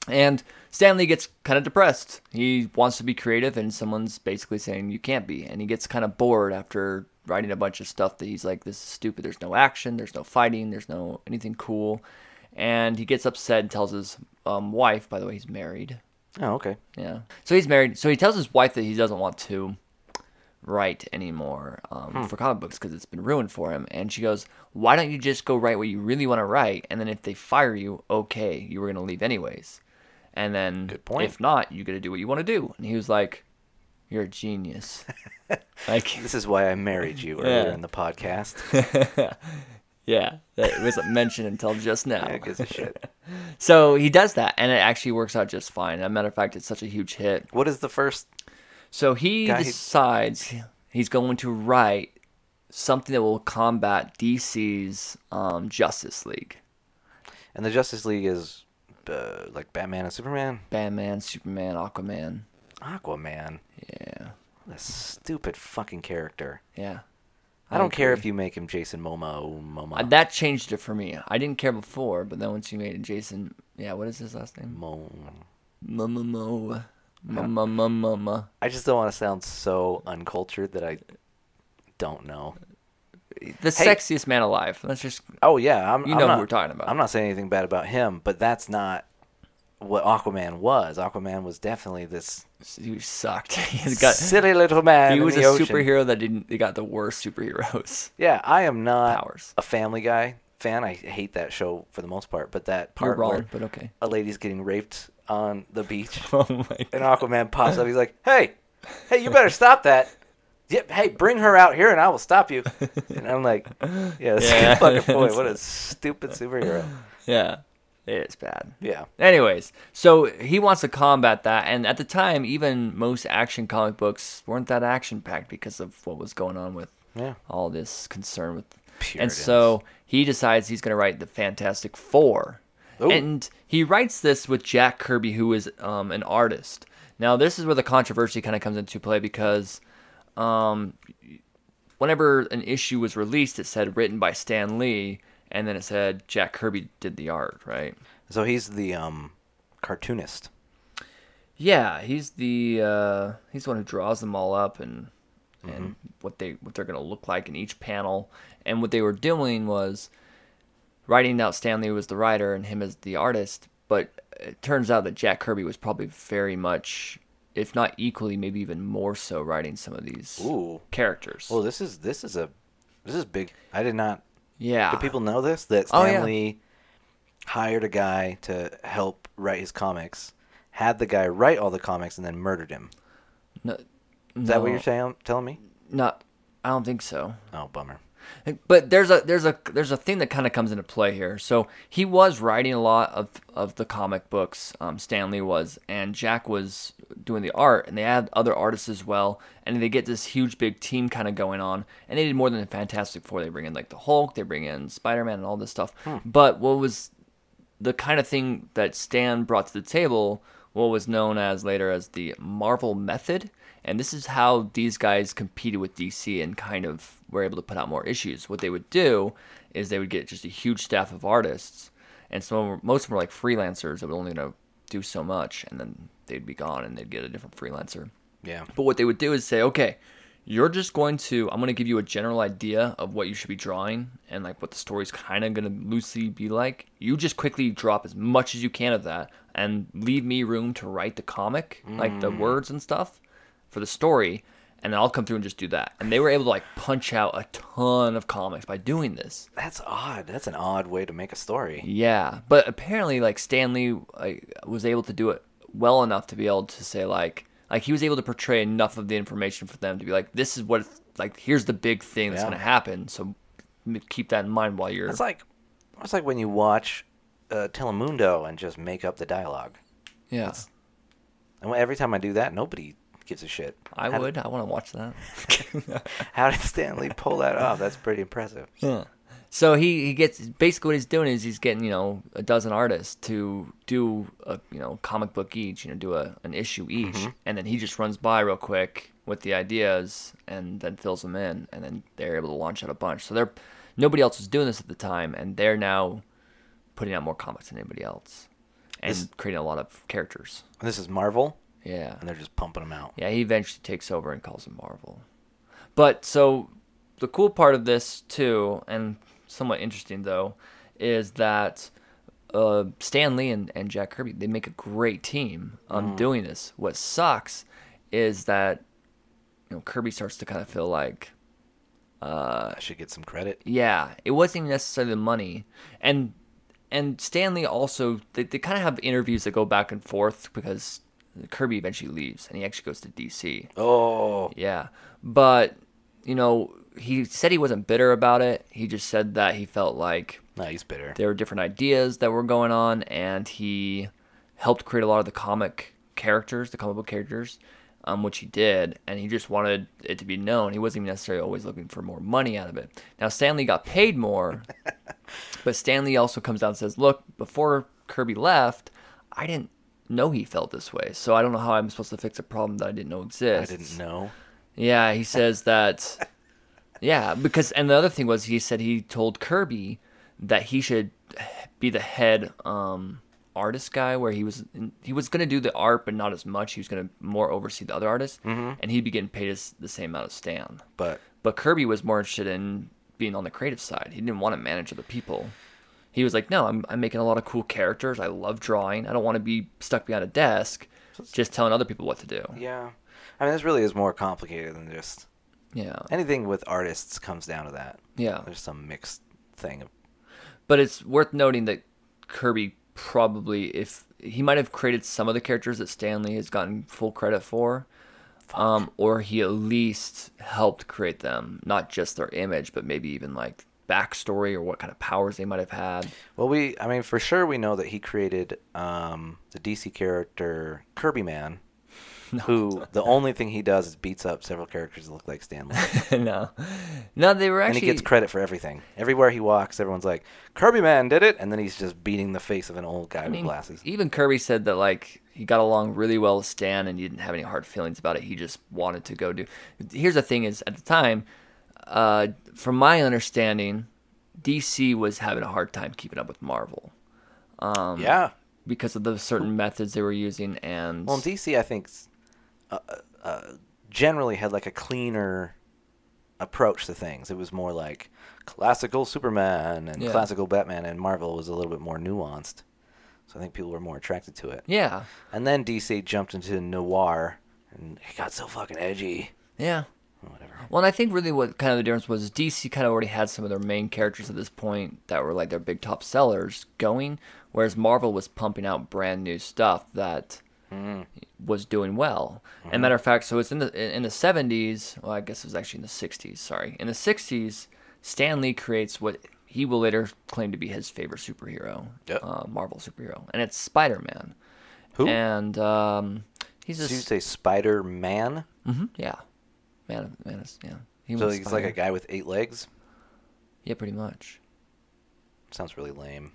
Speaker 2: And Stanley gets kind of depressed. He wants to be creative, and someone's basically saying you can't be. And he gets kind of bored after writing a bunch of stuff that he's like, this is stupid. There's no action. There's no fighting. There's no anything cool. And he gets upset and tells his um, wife, by the way, he's married.
Speaker 1: Oh, okay.
Speaker 2: Yeah. So he's married. So he tells his wife that he doesn't want to write anymore um,
Speaker 1: Hmm.
Speaker 2: for comic books because it's been ruined for him. And she goes, "Why don't you just go write what you really want to write? And then if they fire you, okay, you were gonna leave anyways. And then
Speaker 1: Good point.
Speaker 2: if not, you got to do what you want to do." And he was like, "You're a genius." like,
Speaker 1: This is why I married you earlier in the podcast.
Speaker 2: yeah, that wasn't mentioned until just now.
Speaker 1: I gives a shit.
Speaker 2: so he does that, and it actually works out just fine. As a matter of fact, it's such a huge hit.
Speaker 1: What is the first?
Speaker 2: So he
Speaker 1: Guy who-
Speaker 2: decides he's going to write something that will combat DC's um, Justice League,
Speaker 1: And the Justice League is uh, like Batman and Superman,
Speaker 2: Batman, Superman, Aquaman.
Speaker 1: Aquaman.
Speaker 2: Yeah,
Speaker 1: What a stupid fucking character.
Speaker 2: yeah.
Speaker 1: I don't care if you make him Jason Momo. Momo.
Speaker 2: Uh, That changed it for me. I didn't care before, but then once you made it, Jason. Yeah, what is his last name?
Speaker 1: Mo.
Speaker 2: Mo mo mo mo mo mo mo. mo.
Speaker 1: I just don't want to sound so uncultured that I don't know.
Speaker 2: The
Speaker 1: Hey.
Speaker 2: sexiest man alive. Let's just.
Speaker 1: Oh yeah, I'm.
Speaker 2: You
Speaker 1: I'm
Speaker 2: know who
Speaker 1: not,
Speaker 2: we're talking about.
Speaker 1: I'm not saying anything bad about him, but that's not what Aquaman was. Aquaman was definitely this
Speaker 2: He sucked. He's got.
Speaker 1: silly little man.
Speaker 2: He
Speaker 1: in
Speaker 2: was a
Speaker 1: the ocean.
Speaker 2: superhero that didn't. They got the worst superheroes.
Speaker 1: Yeah, I am not
Speaker 2: Powers.
Speaker 1: a Family Guy fan. I hate that show for the most part, but that
Speaker 2: You're
Speaker 1: part
Speaker 2: wrong,
Speaker 1: where
Speaker 2: but okay.
Speaker 1: a lady's getting raped on the beach
Speaker 2: Oh my
Speaker 1: and Aquaman pops up, he's like, "Hey, hey, you better stop that." Yep, hey, bring her out here and I will stop you. And I'm like, yeah, this
Speaker 2: Yeah.
Speaker 1: fucking boy, what a stupid superhero.
Speaker 2: Yeah, it is bad.
Speaker 1: Yeah.
Speaker 2: Anyways, so he wants to combat that, and at the time, even most action comic books weren't that action packed because of what was going on with
Speaker 1: Yeah.
Speaker 2: all this concern with. and
Speaker 1: Puritans.
Speaker 2: so he decides he's going to write the Fantastic Four,
Speaker 1: Ooh.
Speaker 2: and he writes this with Jack Kirby, who is um, an artist. Now, this is where the controversy kind of comes into play because um, whenever an issue was released, it said written by Stan Lee, and then it said Jack Kirby did the art, right?
Speaker 1: So he's the um cartoonist.
Speaker 2: Yeah, he's the uh, he's the one who draws them all up and
Speaker 1: Mm-hmm.
Speaker 2: and what they what they're gonna look like in each panel. And what they were doing was writing out Stanley was the writer and him as the artist, but it turns out that Jack Kirby was probably very much, if not equally, maybe even more so, writing some of these
Speaker 1: Ooh.
Speaker 2: characters.
Speaker 1: Well, this is this is a this is big. I did not.
Speaker 2: yeah,
Speaker 1: Do people know this? That
Speaker 2: Oh, yeah.
Speaker 1: Stanley hired a guy to help write his comics, had the guy write all the comics, and then murdered him.
Speaker 2: No,
Speaker 1: Is that what you're saying? Telling me?
Speaker 2: Not, I don't think so.
Speaker 1: Oh, bummer.
Speaker 2: But there's a there's a there's a thing that kind of comes into play here. So he was writing a lot of of the comic books. Um, Stanley was, and Jack was doing the art, and they had other artists as well. And they get this huge big team kind of going on. And they did more than the Fantastic Four. They bring in like the Hulk, they bring in Spider Man, and all this stuff. But what was the kind of thing that Stan brought to the table, what was known as later as the Marvel Method. And this is how these guys competed with DC and kind of were able to put out more issues. What they would do is they would get just a huge staff of artists, and some of 'em- most of them were like freelancers that were only going to do so much, and then they'd be gone and they'd get a different freelancer.
Speaker 1: Yeah.
Speaker 2: But what they would do is say, okay, you're just going to, I'm going to give you a general idea of what you should be drawing and like what the story's kind of going to loosely be like. You just quickly drop as much as you can of that and leave me room to write the comic, like the words and stuff for the story. And I'll come through and just do that. And they were able to like punch out a ton of comics by doing this.
Speaker 1: That's odd. That's an odd way to make a story.
Speaker 2: Yeah, but apparently, like Stanley like, was able to do it well enough to be able to say like like he was able to portray enough of the information for them to be like, this is what it's- like here's the big thing that's
Speaker 1: Yeah.
Speaker 2: going to happen. So m- keep that in mind while you're.
Speaker 1: It's like it's like when you watch uh, Telemundo and just make up the dialogue.
Speaker 2: yeah,
Speaker 1: And every time I do that, nobody gives a shit.
Speaker 2: I
Speaker 1: How-
Speaker 2: would. I want to watch that.
Speaker 1: How did Stanley pull that off? That's pretty impressive.
Speaker 2: Yeah. So he, he gets basically what he's doing is he's getting you know a dozen artists to do a you know comic book each you know do a an issue each and then he just runs by real quick with the ideas and then fills them in and then they're able to launch out a bunch so they're nobody else was doing this at the time and they're now putting out more comics than anybody else and
Speaker 1: This-
Speaker 2: creating a lot of characters
Speaker 1: And this is Marvel,
Speaker 2: yeah
Speaker 1: and they're just pumping them out.
Speaker 2: yeah, he eventually takes over and calls it Marvel. But so the cool part of this too, and somewhat interesting though, is that uh, Stan Lee and, and Jack Kirby they make a great team on doing this. What sucks is that you know Kirby starts to kind of feel like Uh,
Speaker 1: I should get some credit.
Speaker 2: yeah, it wasn't even necessarily the money, and and Stanley also they, they kind of have interviews that go back and forth because Kirby eventually leaves and he actually goes to DC.
Speaker 1: Oh,
Speaker 2: Yeah. But, you know, he said he wasn't bitter about it. He just said that he felt like
Speaker 1: no, he's bitter.
Speaker 2: there were different ideas that were going on, and he helped create a lot of the comic characters, the comic book characters, um, which he did. And he just wanted it to be known. He wasn't even necessarily always looking for more money out of it. Now, Stanley got paid more, but Stanley also comes out and says, Look, before Kirby left, I didn't know he felt this way. So I don't know how I'm supposed to fix a problem that I didn't know
Speaker 1: I
Speaker 2: exists.
Speaker 1: didn't know.
Speaker 2: Yeah, he says that. yeah, because and the other thing was he said he told Kirby that he should be the head um, artist guy, where he was he was gonna do the art, but not as much. He was gonna more oversee the other artists, and he'd be getting paid as the same amount as Stan.
Speaker 1: But
Speaker 2: But Kirby was more interested in being on the creative side. He didn't want to manage other people. He was like, no, I'm, I'm making a lot of cool characters. I love drawing. I don't want to be stuck behind a desk, just telling other people what to do.
Speaker 1: yeah, I mean, this really is more complicated than just
Speaker 2: Yeah.
Speaker 1: anything with artists comes down to that.
Speaker 2: Yeah.
Speaker 1: There's some mixed thing. of-
Speaker 2: But it's worth noting that Kirby probably, if he might have created some of the characters that Stanley has gotten full credit for, um, or he at least helped create them, not just their image, but maybe even like backstory or what kind of powers they might have had.
Speaker 1: Well, we, I mean, for sure we know that he created um, the DC character Kirby Man, who the only thing he does is beats up several characters that look like Stanley.
Speaker 2: no, no, they were
Speaker 1: and he
Speaker 2: actually.
Speaker 1: gets credit for everything. Everywhere he walks, everyone's like, Kirby Man did it. And then he's just beating the face of an old guy
Speaker 2: I mean,
Speaker 1: with glasses.
Speaker 2: Even Kirby said that like he got along really well with Stan and he didn't have any hard feelings about it. He just wanted to go do. Here's the thing: is at the time, uh, from my understanding, DC was having a hard time keeping up with Marvel
Speaker 1: yeah.
Speaker 2: because of the certain methods they were using and
Speaker 1: Well, DC, I think, uh, uh, generally had like a cleaner approach to things. It was more like classical Superman and
Speaker 2: Yeah.
Speaker 1: classical Batman, and Marvel was a little bit more nuanced. So I think people were more attracted to it.
Speaker 2: Yeah.
Speaker 1: And then DC jumped into noir, and it got so fucking edgy.
Speaker 2: Yeah.
Speaker 1: Whatever.
Speaker 2: Well, and I think really what kind of the difference was is DC kind of already had some of their main characters at this point that were like their big top sellers going, whereas Marvel was pumping out brand new stuff that
Speaker 1: Mm-hmm.
Speaker 2: was doing well. And matter of fact, so it's in the in- in the seventies. Well, I guess it was actually in the sixties. Sorry, in the sixties, Stan Lee creates what he will later claim to be his favorite superhero,
Speaker 1: Yep.
Speaker 2: uh, Marvel superhero, and it's Spider Man.
Speaker 1: Who?
Speaker 2: And um, he's a
Speaker 1: Did you
Speaker 2: s-
Speaker 1: say Spider Man?
Speaker 2: mhm, yeah, man, man, is, yeah. He
Speaker 1: So
Speaker 2: was
Speaker 1: he's like
Speaker 2: Spider.
Speaker 1: a guy with eight legs.
Speaker 2: Yeah, pretty much.
Speaker 1: Sounds really lame.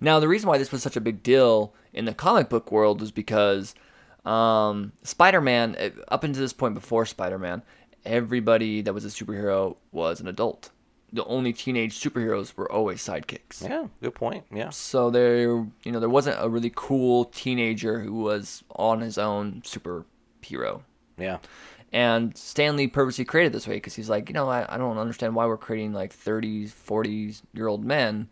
Speaker 2: Now, the reason why this was such a big deal in the comic book world was because um, Spider Man, up until this point before Spider Man, everybody that was a superhero was an adult. The only teenage superheroes were always sidekicks.
Speaker 1: Yeah, good point. Yeah.
Speaker 2: So there, you know, there wasn't a really cool teenager who was on his own superhero.
Speaker 1: Yeah.
Speaker 2: And Stanley purposely created this way because he's like, you know, I, I don't understand why we're creating like 30, 40 year old men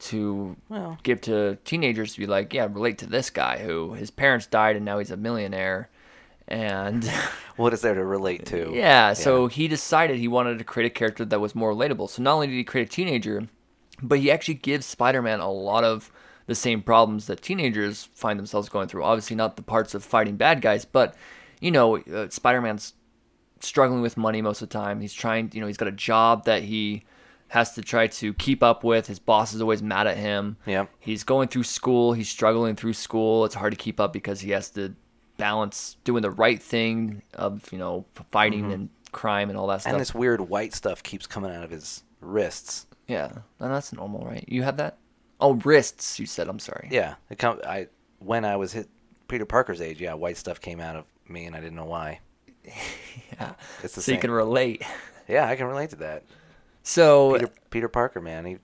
Speaker 2: to
Speaker 1: Well.
Speaker 2: give to teenagers to be like, yeah, relate to this guy who his parents died and now he's a millionaire. And
Speaker 1: What is there to relate to?
Speaker 2: yeah, so he decided he wanted to create a character that was more relatable. So not only did he create a teenager, but he actually gives Spider-Man a lot of the same problems that teenagers find themselves going through. Obviously, not the parts of fighting bad guys, but you know, uh, Spider-Man's struggling with money most of the time. He's trying, you know, he's got a job that he has to try to keep up with. His boss is always mad at him.
Speaker 1: Yep.
Speaker 2: He's going through school. He's struggling through school. It's hard to keep up because he has to balance doing the right thing of, you know, fighting and crime and all that stuff.
Speaker 1: Mm-hmm. And this weird white stuff keeps coming out of his wrists.
Speaker 2: yeah. And that's normal, right? You have that? Oh, wrists, you said. I'm sorry.
Speaker 1: Yeah. It come, I when I was hit Peter Parker's age, yeah, white stuff came out of me and I didn't know why.
Speaker 2: Yeah.
Speaker 1: It's the
Speaker 2: so
Speaker 1: same.
Speaker 2: you can relate.
Speaker 1: yeah, I can relate to that.
Speaker 2: So
Speaker 1: Peter, Peter Parker, man, he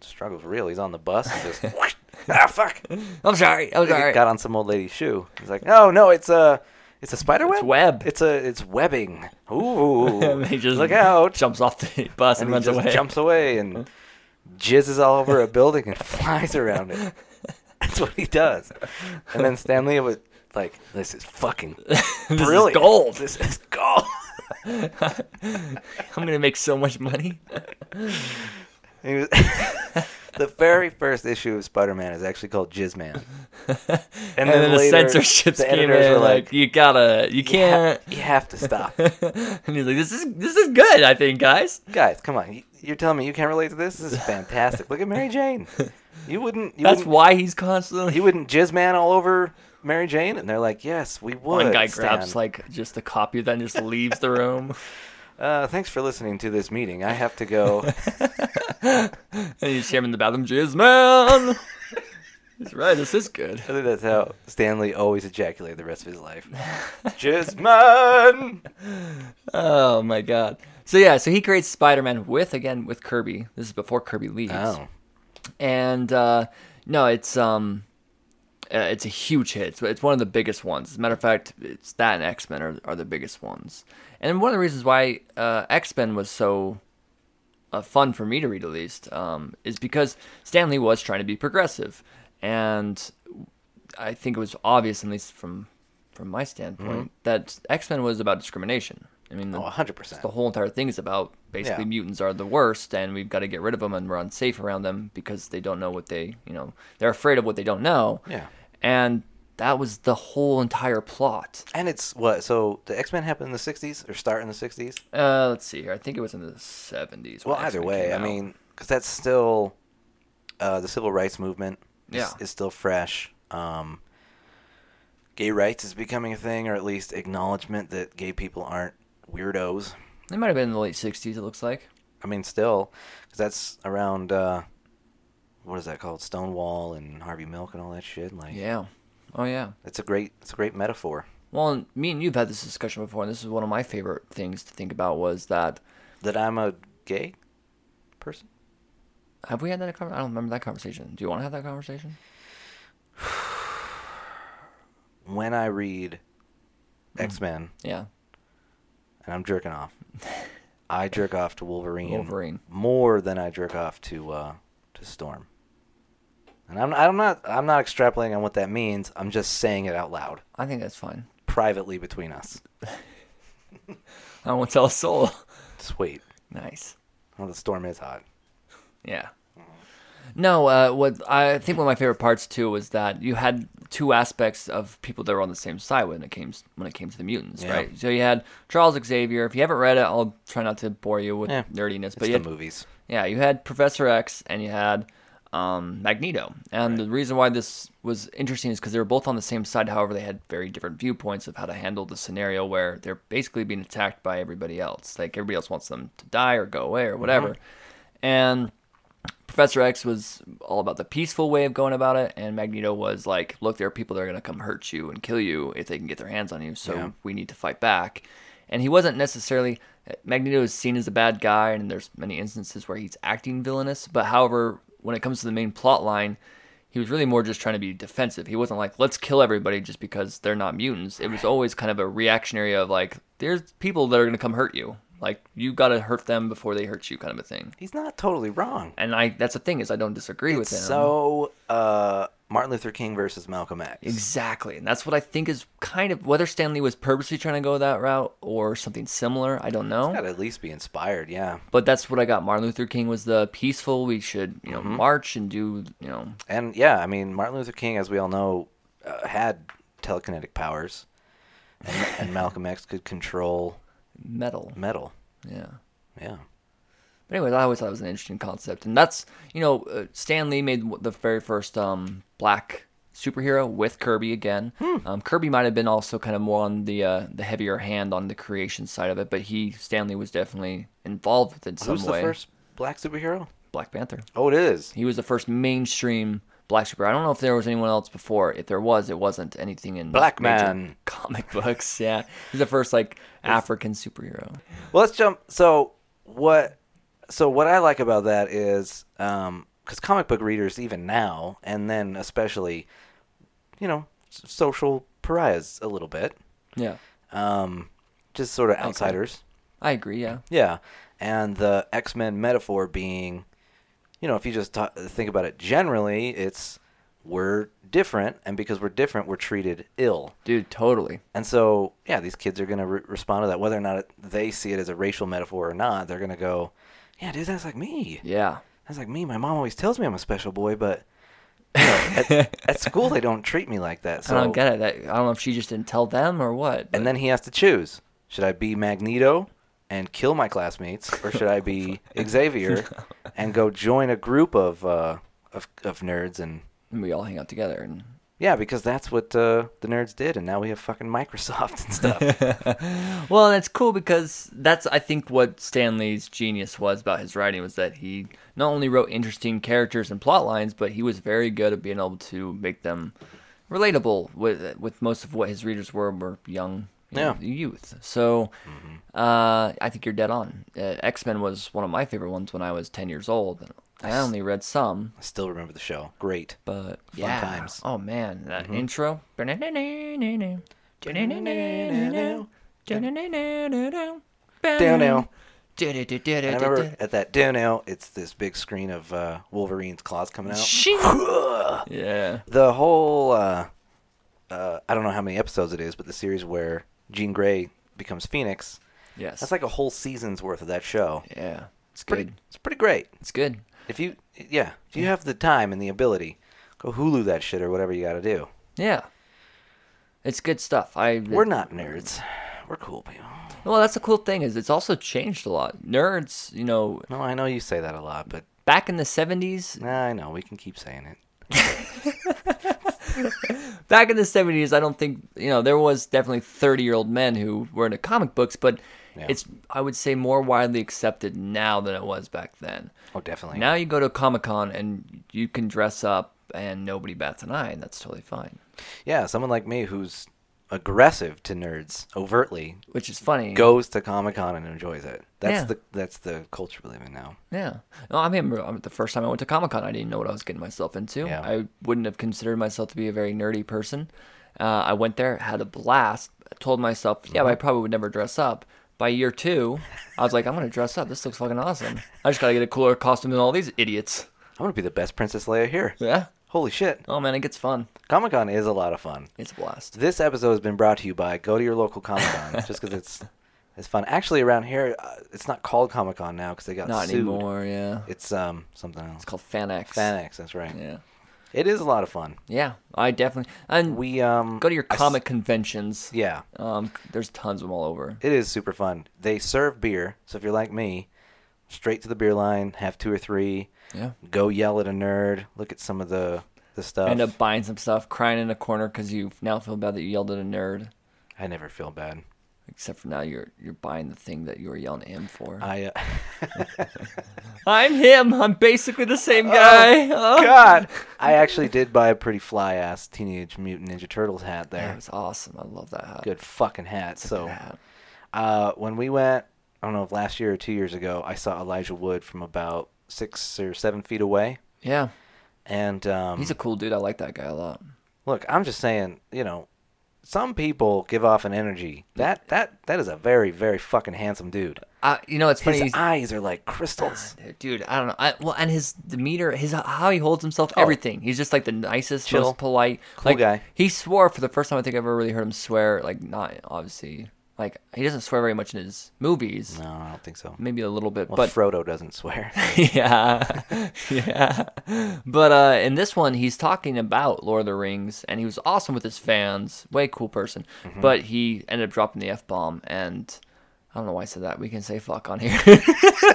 Speaker 1: struggles real. He's on the bus and just whoosh, ah fuck.
Speaker 2: I'm sorry. I'm
Speaker 1: He
Speaker 2: sorry.
Speaker 1: Got on some old lady's shoe. He's like, "No, no, it's a it's a spider web.
Speaker 2: It's web.
Speaker 1: It's a it's webbing. Ooh.
Speaker 2: And he just
Speaker 1: look out.
Speaker 2: Jumps off the bus and,
Speaker 1: and he
Speaker 2: runs
Speaker 1: just
Speaker 2: away.
Speaker 1: jumps away and jizzes all over a building and flies around it. That's what he does. And then Stanley was like, "This is fucking
Speaker 2: is
Speaker 1: brilliant.
Speaker 2: gold."
Speaker 1: This is gold."
Speaker 2: I'm gonna make so much money.
Speaker 1: He was- the very first issue of Spider-Man is actually called Jizzman.
Speaker 2: And, then, the
Speaker 1: later,
Speaker 2: censorship
Speaker 1: the
Speaker 2: came
Speaker 1: editors
Speaker 2: in.
Speaker 1: were
Speaker 2: Like, you gotta, you
Speaker 1: "You ha-
Speaker 2: can't.
Speaker 1: you have to stop,
Speaker 2: and he's like, this is this is good. I think, guys.
Speaker 1: guys. Come on, You- you're telling me you can't relate to this? This is fantastic. Look at Mary Jane. You wouldn't. You
Speaker 2: That's
Speaker 1: wouldn't,
Speaker 2: why he's constantly.
Speaker 1: you wouldn't Jizzman all over Mary Jane?" And they're like, "Yes, we would."
Speaker 2: One guy
Speaker 1: Stan."
Speaker 2: grabs like just the copy of that and just leaves the room.
Speaker 1: Uh, thanks for listening to this meeting. I have to go.
Speaker 2: And you just hear him in the bathroom, jizz man. he's right. This is good.
Speaker 1: I think that's how Stanley always ejaculated the rest of his life. Just man.
Speaker 2: Oh my god. So yeah, so he creates Spider-Man with again with Kirby. This is before Kirby leaves.
Speaker 1: Oh,
Speaker 2: and uh, no, it's um, uh, it's a huge hit. It's, it's one of the biggest ones. As a matter of fact, it's that and X Men are, are the biggest ones. And one of the reasons why uh, X Men was so uh, fun for me to read, at least, um, is because Stanley was trying to be progressive, and I think it was obvious, at least from from my standpoint, that X Men was about discrimination. I mean, the,
Speaker 1: oh, 100%.
Speaker 2: the whole entire thing is about basically
Speaker 1: Yeah.
Speaker 2: mutants are the worst and we've got to get rid of them and we're unsafe around them because they don't know what they you know they're afraid of what they don't know
Speaker 1: Yeah.
Speaker 2: and that was the whole entire plot
Speaker 1: And it's what? So the X Men happened in the 60s or start in the 60s?
Speaker 2: uh let's see here i think it was in the 70s when
Speaker 1: Well, either
Speaker 2: X-Men
Speaker 1: way,
Speaker 2: came
Speaker 1: I
Speaker 2: out.
Speaker 1: mean, because that's still uh, the civil rights movement is,
Speaker 2: Yeah.
Speaker 1: is still fresh. Um, gay rights is becoming a thing, or at least acknowledgement that gay people aren't weirdos.
Speaker 2: it might have been in the late 60s it looks like
Speaker 1: I mean, still, because that's around uh, what is that called? Stonewall and Harvey Milk and all that shit. Like,
Speaker 2: yeah oh yeah
Speaker 1: it's a great, it's a great metaphor.
Speaker 2: well and me and you've had this discussion before and this is one of my favorite things to think about was that
Speaker 1: That I'm a gay person.
Speaker 2: have we had that conversation i don't remember that conversation do you want to have that conversation
Speaker 1: When I read X Men,
Speaker 2: yeah
Speaker 1: and I'm jerking off. I jerk off to Wolverine,
Speaker 2: Wolverine.
Speaker 1: more than I jerk off to uh, to Storm. And I'm I'm not I'm not extrapolating on what that means. I'm just saying it out loud,
Speaker 2: I think that's fine.
Speaker 1: privately between us.
Speaker 2: I won't tell a soul.
Speaker 1: Sweet.
Speaker 2: nice.
Speaker 1: Well, the storm is hot.
Speaker 2: Yeah. No, uh, what I think one of my favorite parts too was that you had two aspects of people that were on the same side when it came when it came to the mutants,
Speaker 1: Yeah.
Speaker 2: right? So you had Charles Xavier. If you haven't read it, I'll try not to bore you with
Speaker 1: Yeah.
Speaker 2: nerdiness,
Speaker 1: It's
Speaker 2: but
Speaker 1: the
Speaker 2: you had,
Speaker 1: movies.
Speaker 2: yeah, you had Professor X and you had um, Magneto, and the reason why this was interesting is because they were both on the same side. However, they had very different viewpoints of how to handle the scenario where they're basically being attacked by everybody else. Like everybody else wants them to die or go away or
Speaker 1: Mm-hmm.
Speaker 2: whatever, and Professor X was all about the peaceful way of going about it, and Magneto was like, "Look, there are people that are going to come hurt you and kill you if they can get their hands on you, so
Speaker 1: Yeah.
Speaker 2: we need to fight back." And he wasn't necessarily Magneto is seen as a bad guy, and there's many instances where he's acting villainous. But however, when it comes to the main plot line, he was really more just trying to be defensive. He wasn't like, "Let's kill everybody just because they're not mutants." It was always kind of a reactionary of like, "There's people that are going to come hurt you." Like you got to hurt them before they hurt you, kind of a thing
Speaker 1: He's not totally wrong.
Speaker 2: and I that's the thing is I don't disagree with him.
Speaker 1: So uh, Martin Luther King versus Malcolm X.
Speaker 2: exactly, and that's what I think is kind of whether Stanley was purposely trying to go that route or something similar. I don't know,
Speaker 1: Gotta at least be inspired, yeah.
Speaker 2: but that's what I got. Martin Luther King was the peaceful. We should you know
Speaker 1: Mm-hmm.
Speaker 2: march and do you know
Speaker 1: And yeah, I mean Martin Luther King, as we all know, uh, had telekinetic powers, and, and Malcolm X could control
Speaker 2: metal.
Speaker 1: metal.
Speaker 2: Yeah.
Speaker 1: Yeah,
Speaker 2: But anyways, I always thought it was an interesting concept, and that's you know uh, Stan Lee made the very first um, black superhero with Kirby again.
Speaker 1: Hmm.
Speaker 2: Um, Kirby might have been also kind of more on the uh, the heavier hand on the creation side of it, but he Stanley was definitely involved with it in some
Speaker 1: who's
Speaker 2: way.
Speaker 1: the first black superhero?
Speaker 2: Black Panther.
Speaker 1: Oh, it is.
Speaker 2: He was the first mainstream black superhero. I don't know if there was anyone else before. If there was, it wasn't anything in
Speaker 1: Black
Speaker 2: major
Speaker 1: man.
Speaker 2: comic books. Yeah, he's the first like African superhero.
Speaker 1: Well, let's jump. So what? So what I like about that is because comic book readers, even now, and then especially, you know, s- social pariahs a little bit,
Speaker 2: Yeah,
Speaker 1: um, just sort of outsiders.
Speaker 2: I agree. Yeah,
Speaker 1: Yeah, and the X Men metaphor being, you know, if you just ta think about it generally, it's we're different, and because we're different, we're treated ill.
Speaker 2: dude, totally.
Speaker 1: And so, yeah, these kids are going to re- respond to that, whether or not they see it as a racial metaphor or not. They're going to go, "Yeah, dude, that's like me.
Speaker 2: Yeah.
Speaker 1: That's like me. My mom always tells me I'm a special boy, but you know, at, at school they don't treat me like that." So,
Speaker 2: I don't get it. That, I don't know if she just didn't tell them or what.
Speaker 1: and then he has to choose: should I be Magneto and kill my classmates, or should I be Xavier and go join a group of uh, of, of nerds? And
Speaker 2: but- and we all hang out together. And
Speaker 1: yeah, because that's what uh, the nerds did, and now we have fucking Microsoft and stuff.
Speaker 2: well, that's cool because that's I think what Stanley's genius was about his writing was that he not only wrote interesting characters and plot lines, but he was very good at being able to make them relatable with with most of what his readers were were young you know,
Speaker 1: Yeah.
Speaker 2: youth. So uh, I think you're dead on. Uh, X Men was one of my favorite ones when I was ten years old. I only read some,
Speaker 1: I still remember the show. Great.
Speaker 2: But yeah.
Speaker 1: times.
Speaker 2: Oh man, that intro.
Speaker 1: Down
Speaker 2: Down
Speaker 1: now. And I remember at that do now, it's this big screen of uh, Wolverine's claws coming out.
Speaker 2: Yeah.
Speaker 1: the whole uh, uh, I don't know how many episodes it is, but the series where Jean Grey becomes Phoenix.
Speaker 2: Yes.
Speaker 1: That's like a whole season's worth of that show.
Speaker 2: yeah. It's
Speaker 1: Pretty,
Speaker 2: good.
Speaker 1: It's pretty great.
Speaker 2: It's good.
Speaker 1: If you yeah, if you have the time and the ability, go Hulu that shit or whatever you got to do.
Speaker 2: Yeah. It's good stuff. I
Speaker 1: We're not nerds. We're cool people.
Speaker 2: Well, that's the cool thing is it's also changed a lot. Nerds, you know,
Speaker 1: No, I know you say that a lot, but
Speaker 2: back in the 70s,
Speaker 1: nah, I know we can keep saying it.
Speaker 2: back in the 70s i don't think you know there was definitely 30 year old men who were into comic books but
Speaker 1: Yeah.
Speaker 2: it's i would say more widely accepted now than it was back then
Speaker 1: Oh, definitely.
Speaker 2: now you go to comic-con and you can dress up and nobody bats an eye and that's totally fine
Speaker 1: Yeah, someone like me who's aggressive to nerds overtly
Speaker 2: which is funny
Speaker 1: goes to Comic Con and enjoys it. That's
Speaker 2: Yeah.
Speaker 1: the that's the culture we live in now.
Speaker 2: yeah no i mean um, the first time i went to comic-con i didn't know what i was getting myself into
Speaker 1: Yeah.
Speaker 2: i wouldn't have considered myself to be a very nerdy
Speaker 1: Mm-hmm.
Speaker 2: person uh, i went there had a blast told myself yeah i probably would never dress up but by year two, I was like, I'm gonna dress up. This looks fucking awesome. I just gotta get a cooler costume than all these idiots.
Speaker 1: I'm gonna be the best Princess Leia here.
Speaker 2: Yeah.
Speaker 1: Holy shit!
Speaker 2: Oh man, it gets fun.
Speaker 1: Comic Con is a lot of fun.
Speaker 2: It's a blast.
Speaker 1: This episode has been brought to you by go to your local Comic Con just because it's it's fun. Actually, around here, uh, it's not called Comic Con now because they got
Speaker 2: Not
Speaker 1: sued.
Speaker 2: anymore. Yeah. It's
Speaker 1: It's um something else.
Speaker 2: called Fanex.
Speaker 1: Fanex, that's right.
Speaker 2: Yeah.
Speaker 1: It is a lot of fun.
Speaker 2: Yeah. I definitely and we
Speaker 1: We um
Speaker 2: go to your
Speaker 1: I s-
Speaker 2: comic conventions.
Speaker 1: yeah,
Speaker 2: Um, there's tons of them all over.
Speaker 1: it is super fun. They serve beer, so if you're like me, straight to the beer line, have two or three,
Speaker 2: Yeah.
Speaker 1: go yell at a nerd, look at some of the the stuff.
Speaker 2: End up buying some stuff, crying in a corner because you now feel bad that you yelled at a nerd.
Speaker 1: I never feel bad.
Speaker 2: Except for now, you're you're buying the thing that you were yelling at him for.
Speaker 1: I uh,
Speaker 2: I'm him. I'm basically the same guy. Oh,
Speaker 1: God, I actually did buy a pretty fly ass Teenage Mutant Ninja Turtles hat
Speaker 2: That
Speaker 1: there.
Speaker 2: was awesome. I love that hat.
Speaker 1: Good fucking hat. So
Speaker 2: hat.
Speaker 1: uh, when we went, I don't know if last year or two years ago, I saw Elijah Wood from about six or seven feet away,
Speaker 2: Yeah,
Speaker 1: and um,
Speaker 2: he's a cool dude. I like that guy a lot.
Speaker 1: Look, I'm just saying, you know, some people give off an energy. That that that is a very very fucking handsome dude.
Speaker 2: I, you know, it's funny.
Speaker 1: His
Speaker 2: he's-
Speaker 1: eyes are like crystals.
Speaker 2: Dude, I don't know. I, well, and his demeanor, his how he holds himself, everything. He's just like the nicest,
Speaker 1: Oh. Chill.
Speaker 2: most polite
Speaker 1: Cool
Speaker 2: like,
Speaker 1: guy.
Speaker 2: He swore for the first time I think I've ever really heard him swear. Like not obviously, like he doesn't swear very much in his movies.
Speaker 1: No, I don't think so.
Speaker 2: Maybe a little bit,
Speaker 1: Well,
Speaker 2: but
Speaker 1: Frodo doesn't swear.
Speaker 2: yeah, yeah. But uh, in this one, he's talking about Lord of the Rings, and he was awesome with his fans. Way cool person, but he ended up dropping the f bomb, and I don't know why I said that. We can say fuck on here.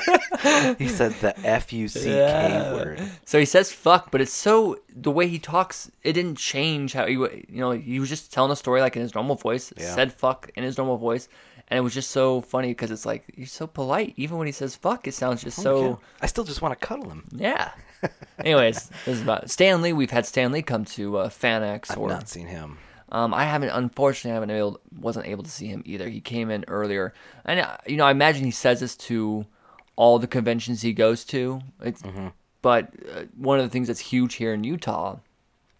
Speaker 1: he said the F U C K word.
Speaker 2: so he says fuck, but it's so the way he talks, it didn't change how he, w- you know, he was just telling a story like in his normal voice.
Speaker 1: Yeah.
Speaker 2: Said fuck in his normal voice, and it was just so funny because it's like he's so polite. Even when he says fuck, it sounds just so.
Speaker 1: Yeah. I still just want to cuddle him.
Speaker 2: Yeah. Anyways, this is about Stanley. We've had Stanley come to uh, Fanex.
Speaker 1: I've
Speaker 2: Or,
Speaker 1: not seen him.
Speaker 2: Um, I haven't. Unfortunately, I haven't able wasn't able to see him either. He came in earlier, and uh, you know, I imagine he says this to all the conventions he goes to. It's,
Speaker 1: Mm-hmm.
Speaker 2: But uh, one of the things that's huge here in Utah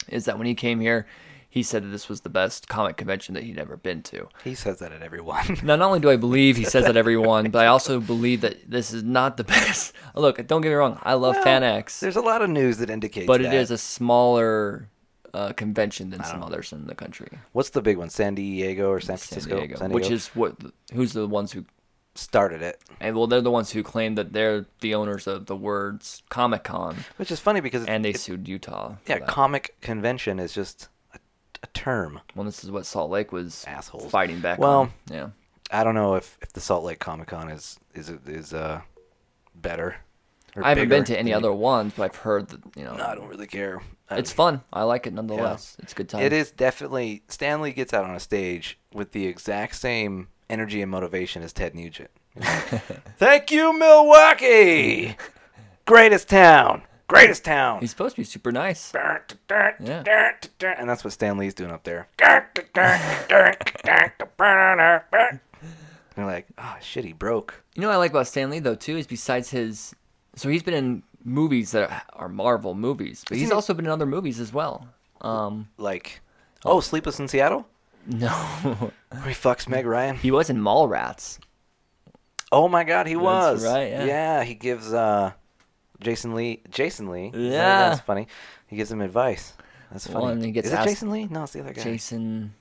Speaker 2: is that when he came here, he said that this was the best comic convention that he'd ever been to.
Speaker 1: He says that at everyone.
Speaker 2: Now, not only do I believe he says that everyone, but I also believe that this is not the best. Look, don't get me wrong. I love Fanex
Speaker 1: There's a lot of news that indicates.
Speaker 2: but
Speaker 1: that.
Speaker 2: it is a smaller uh, convention than some others in the country.
Speaker 1: What's the big one? San Diego or San
Speaker 2: San
Speaker 1: Francisco?
Speaker 2: Diego, which is what th- who's the ones who
Speaker 1: started it.
Speaker 2: and well they're the ones who claim that they're the owners of the words Comic Con,
Speaker 1: Which is funny because
Speaker 2: and they
Speaker 1: it-
Speaker 2: sued Utah. for
Speaker 1: yeah,
Speaker 2: that.
Speaker 1: comic convention is just a, a term.
Speaker 2: well, this is what Salt Lake was
Speaker 1: Assholes.
Speaker 2: fighting back.
Speaker 1: Well-
Speaker 2: on. yeah,
Speaker 1: I don't know if, if the Salt Lake Comic Con is is is uh better. or
Speaker 2: I haven't been
Speaker 1: bigger
Speaker 2: to any
Speaker 1: than-
Speaker 2: other ones, but I've heard that you know
Speaker 1: No, I don't really care. I-
Speaker 2: it's fun. I like it nonetheless. It's a good time.
Speaker 1: it is definitely Stanley gets out on a stage with the exact same energy and motivation as Ted Nugent. He's like, Thank you, Milwaukee, greatest town, greatest town.
Speaker 2: He's supposed to be super nice.
Speaker 1: And that's what Stan Lee's doing up there. You're like, oh shit, he broke.
Speaker 2: You know what I like about Stan Lee though too is besides his, so he's been in movies that are Marvel movies, but he's
Speaker 1: he-
Speaker 2: also been in other movies as well. Um,
Speaker 1: Like, oh, Sleepless in Seattle,
Speaker 2: no,
Speaker 1: where he fucks Meg Ryan.
Speaker 2: he was in Mallrats.
Speaker 1: Oh my God, he was
Speaker 2: right, yeah.
Speaker 1: he gives uh, Jason Lee. Jason Lee.
Speaker 2: Yeah.
Speaker 1: that's funny. He gives him advice. That's funny.
Speaker 2: Well, and he gets
Speaker 1: Is it
Speaker 2: asked-
Speaker 1: Jason Lee? No, it's the other guy.
Speaker 2: Jason.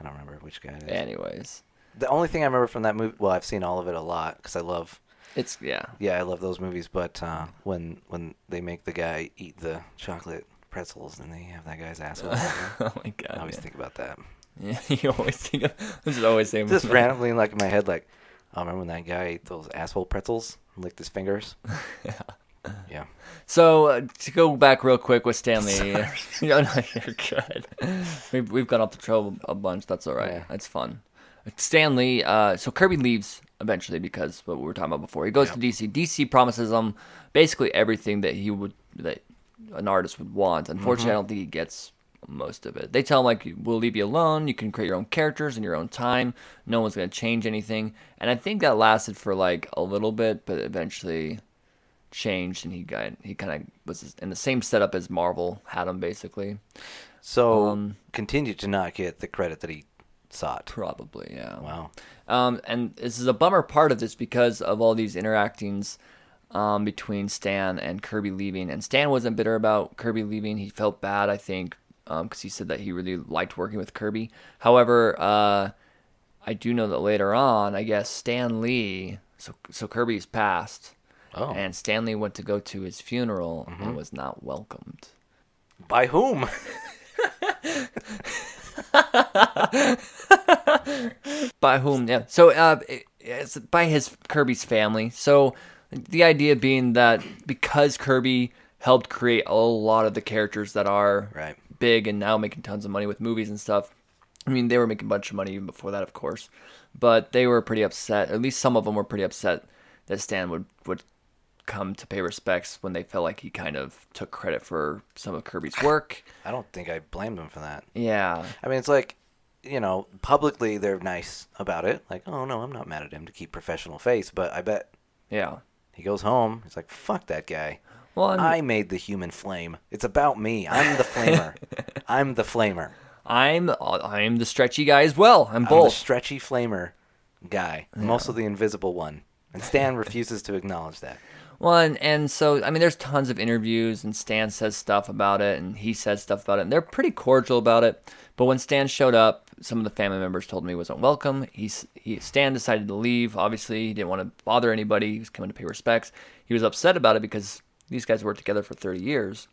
Speaker 1: I don't remember which guy it is.
Speaker 2: Anyways,
Speaker 1: The only thing I remember from that movie, well, I've seen all of it a lot because I love
Speaker 2: it's yeah.
Speaker 1: Yeah, I love those movies, but uh, when when they make the guy eat the chocolate pretzels and they have that guy's asshole, I
Speaker 2: Oh my
Speaker 1: always
Speaker 2: god.
Speaker 1: think about that.
Speaker 2: Yeah. Yeah, you always think of this is always saying
Speaker 1: Just randomly, like in my head, like, I remember when that guy ate those asshole pretzels, and licked his fingers. yeah. Yeah.
Speaker 2: So uh, to go back real quick with Stanley, no, no, you're good. We've we've gone off the trail a bunch. That's all right.
Speaker 1: Yeah.
Speaker 2: That's fun. Stanley. Uh, so Kirby leaves eventually because what we were talking about before. He goes to DC. DC promises him basically everything that he would that an artist would want. Unfortunately, I don't think he gets most of it. They tell him like we'll leave you alone. You can create your own characters in your own time. No one's gonna change anything. And I think that lasted for like a little bit, but eventually changed and he got he kind of was in the same setup as Marvel had him basically.
Speaker 1: Um, So continued to not get the credit that he saw it.
Speaker 2: Probably, yeah.
Speaker 1: Wow.
Speaker 2: Um, and this is a bummer part of this because of all these interactings um, between Stan and Kirby leaving. And Stan wasn't bitter about Kirby leaving. He felt bad, I think, because he said that he really liked working with Kirby. However, uh, I do know that later on, I guess Stan Lee, so, so Kirby's passed,
Speaker 1: Oh.
Speaker 2: and Stan Lee went to go to his funeral and was not welcomed.
Speaker 1: By whom?
Speaker 2: By whom? Yeah. So, uh, it- it's by his Kirby's family. So, the idea being that because Kirby helped create a lot of the characters that are
Speaker 1: Right.
Speaker 2: big and now making tons of money with movies and stuff. I mean, they were making a bunch of money even before that, of course, but they were pretty upset. At least some of them were pretty upset that Stan would would come to pay respects when they felt like he kind of took credit for some of Kirby's work.
Speaker 1: I don't think I blame them for that.
Speaker 2: Yeah.
Speaker 1: I mean, it's like, you know, publicly they're nice about it. Like, oh no, I'm not mad at him to keep professional face, but I bet
Speaker 2: Yeah.
Speaker 1: he goes home. He's like, fuck that guy.
Speaker 2: Well, I'm-
Speaker 1: I made the human flame. It's about me. I'm the flamer. I'm the flamer.
Speaker 2: I'm I'm the stretchy guy as well. I'm
Speaker 1: I'm the
Speaker 2: both.
Speaker 1: stretchy flamer guy. I'm also the invisible one. And Stan refuses to acknowledge that.
Speaker 2: Well, and, and so I mean, there's tons of interviews, and Stan says stuff about it, and he says stuff about it, and they're pretty cordial about it. But when Stan showed up, some of the family members told him he wasn't welcome. He, s- he Stan decided to leave. Obviously, he didn't want to bother anybody. He was coming to pay respects. He was upset about it because these guys worked together for 30 years.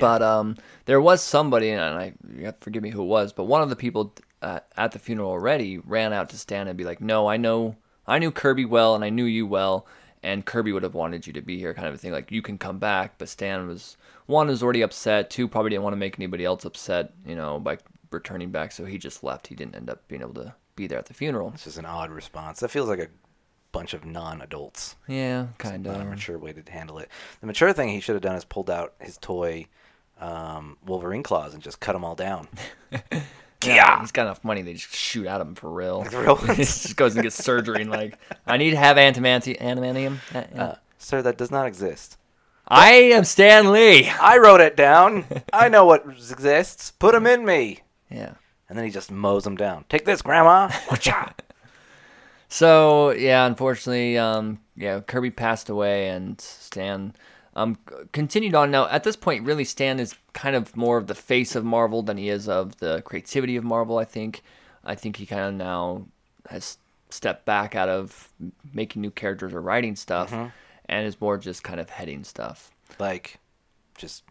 Speaker 2: But um, there was somebody, and I you have to forgive me who it was, but one of the people uh, at the funeral already ran out to Stan and be like, "No, I know, I knew Kirby well, and I knew you well, and Kirby would have wanted you to be here, kind of a thing. Like you can come back." But Stan was one was already upset. Two probably didn't want to make anybody else upset, you know, by returning back, so he just left. He didn't end up being able to be there at the funeral.
Speaker 1: It's just an odd response. That feels like a bunch of non adults.
Speaker 2: Yeah, kind
Speaker 1: not a
Speaker 2: of.
Speaker 1: mature way to handle it. The mature thing he should have done is pulled out his toy um, Wolverine claws and just cut them all down.
Speaker 2: Yeah, he's got enough money. They just shoot at him for real.
Speaker 1: For real.
Speaker 2: he just goes and gets surgery and like, I need to have antimanti- adamantium. A- a-
Speaker 1: Sir, that does not exist.
Speaker 2: I am Stan Lee.
Speaker 1: I wrote it down. I know what exists. Put them in me.
Speaker 2: Yeah.
Speaker 1: And then he just mows them down. Take this, Grandma. Wacha.
Speaker 2: So yeah, unfortunately, um, yeah, Kirby passed away, and Stan um c- continued on. Now at this point, really, Stan is kind of more of the face of Marvel than he is of the creativity of Marvel. I think. I think he kind of now has stepped back out of making new characters or writing stuff, and is more just kind of heading stuff.
Speaker 1: like, just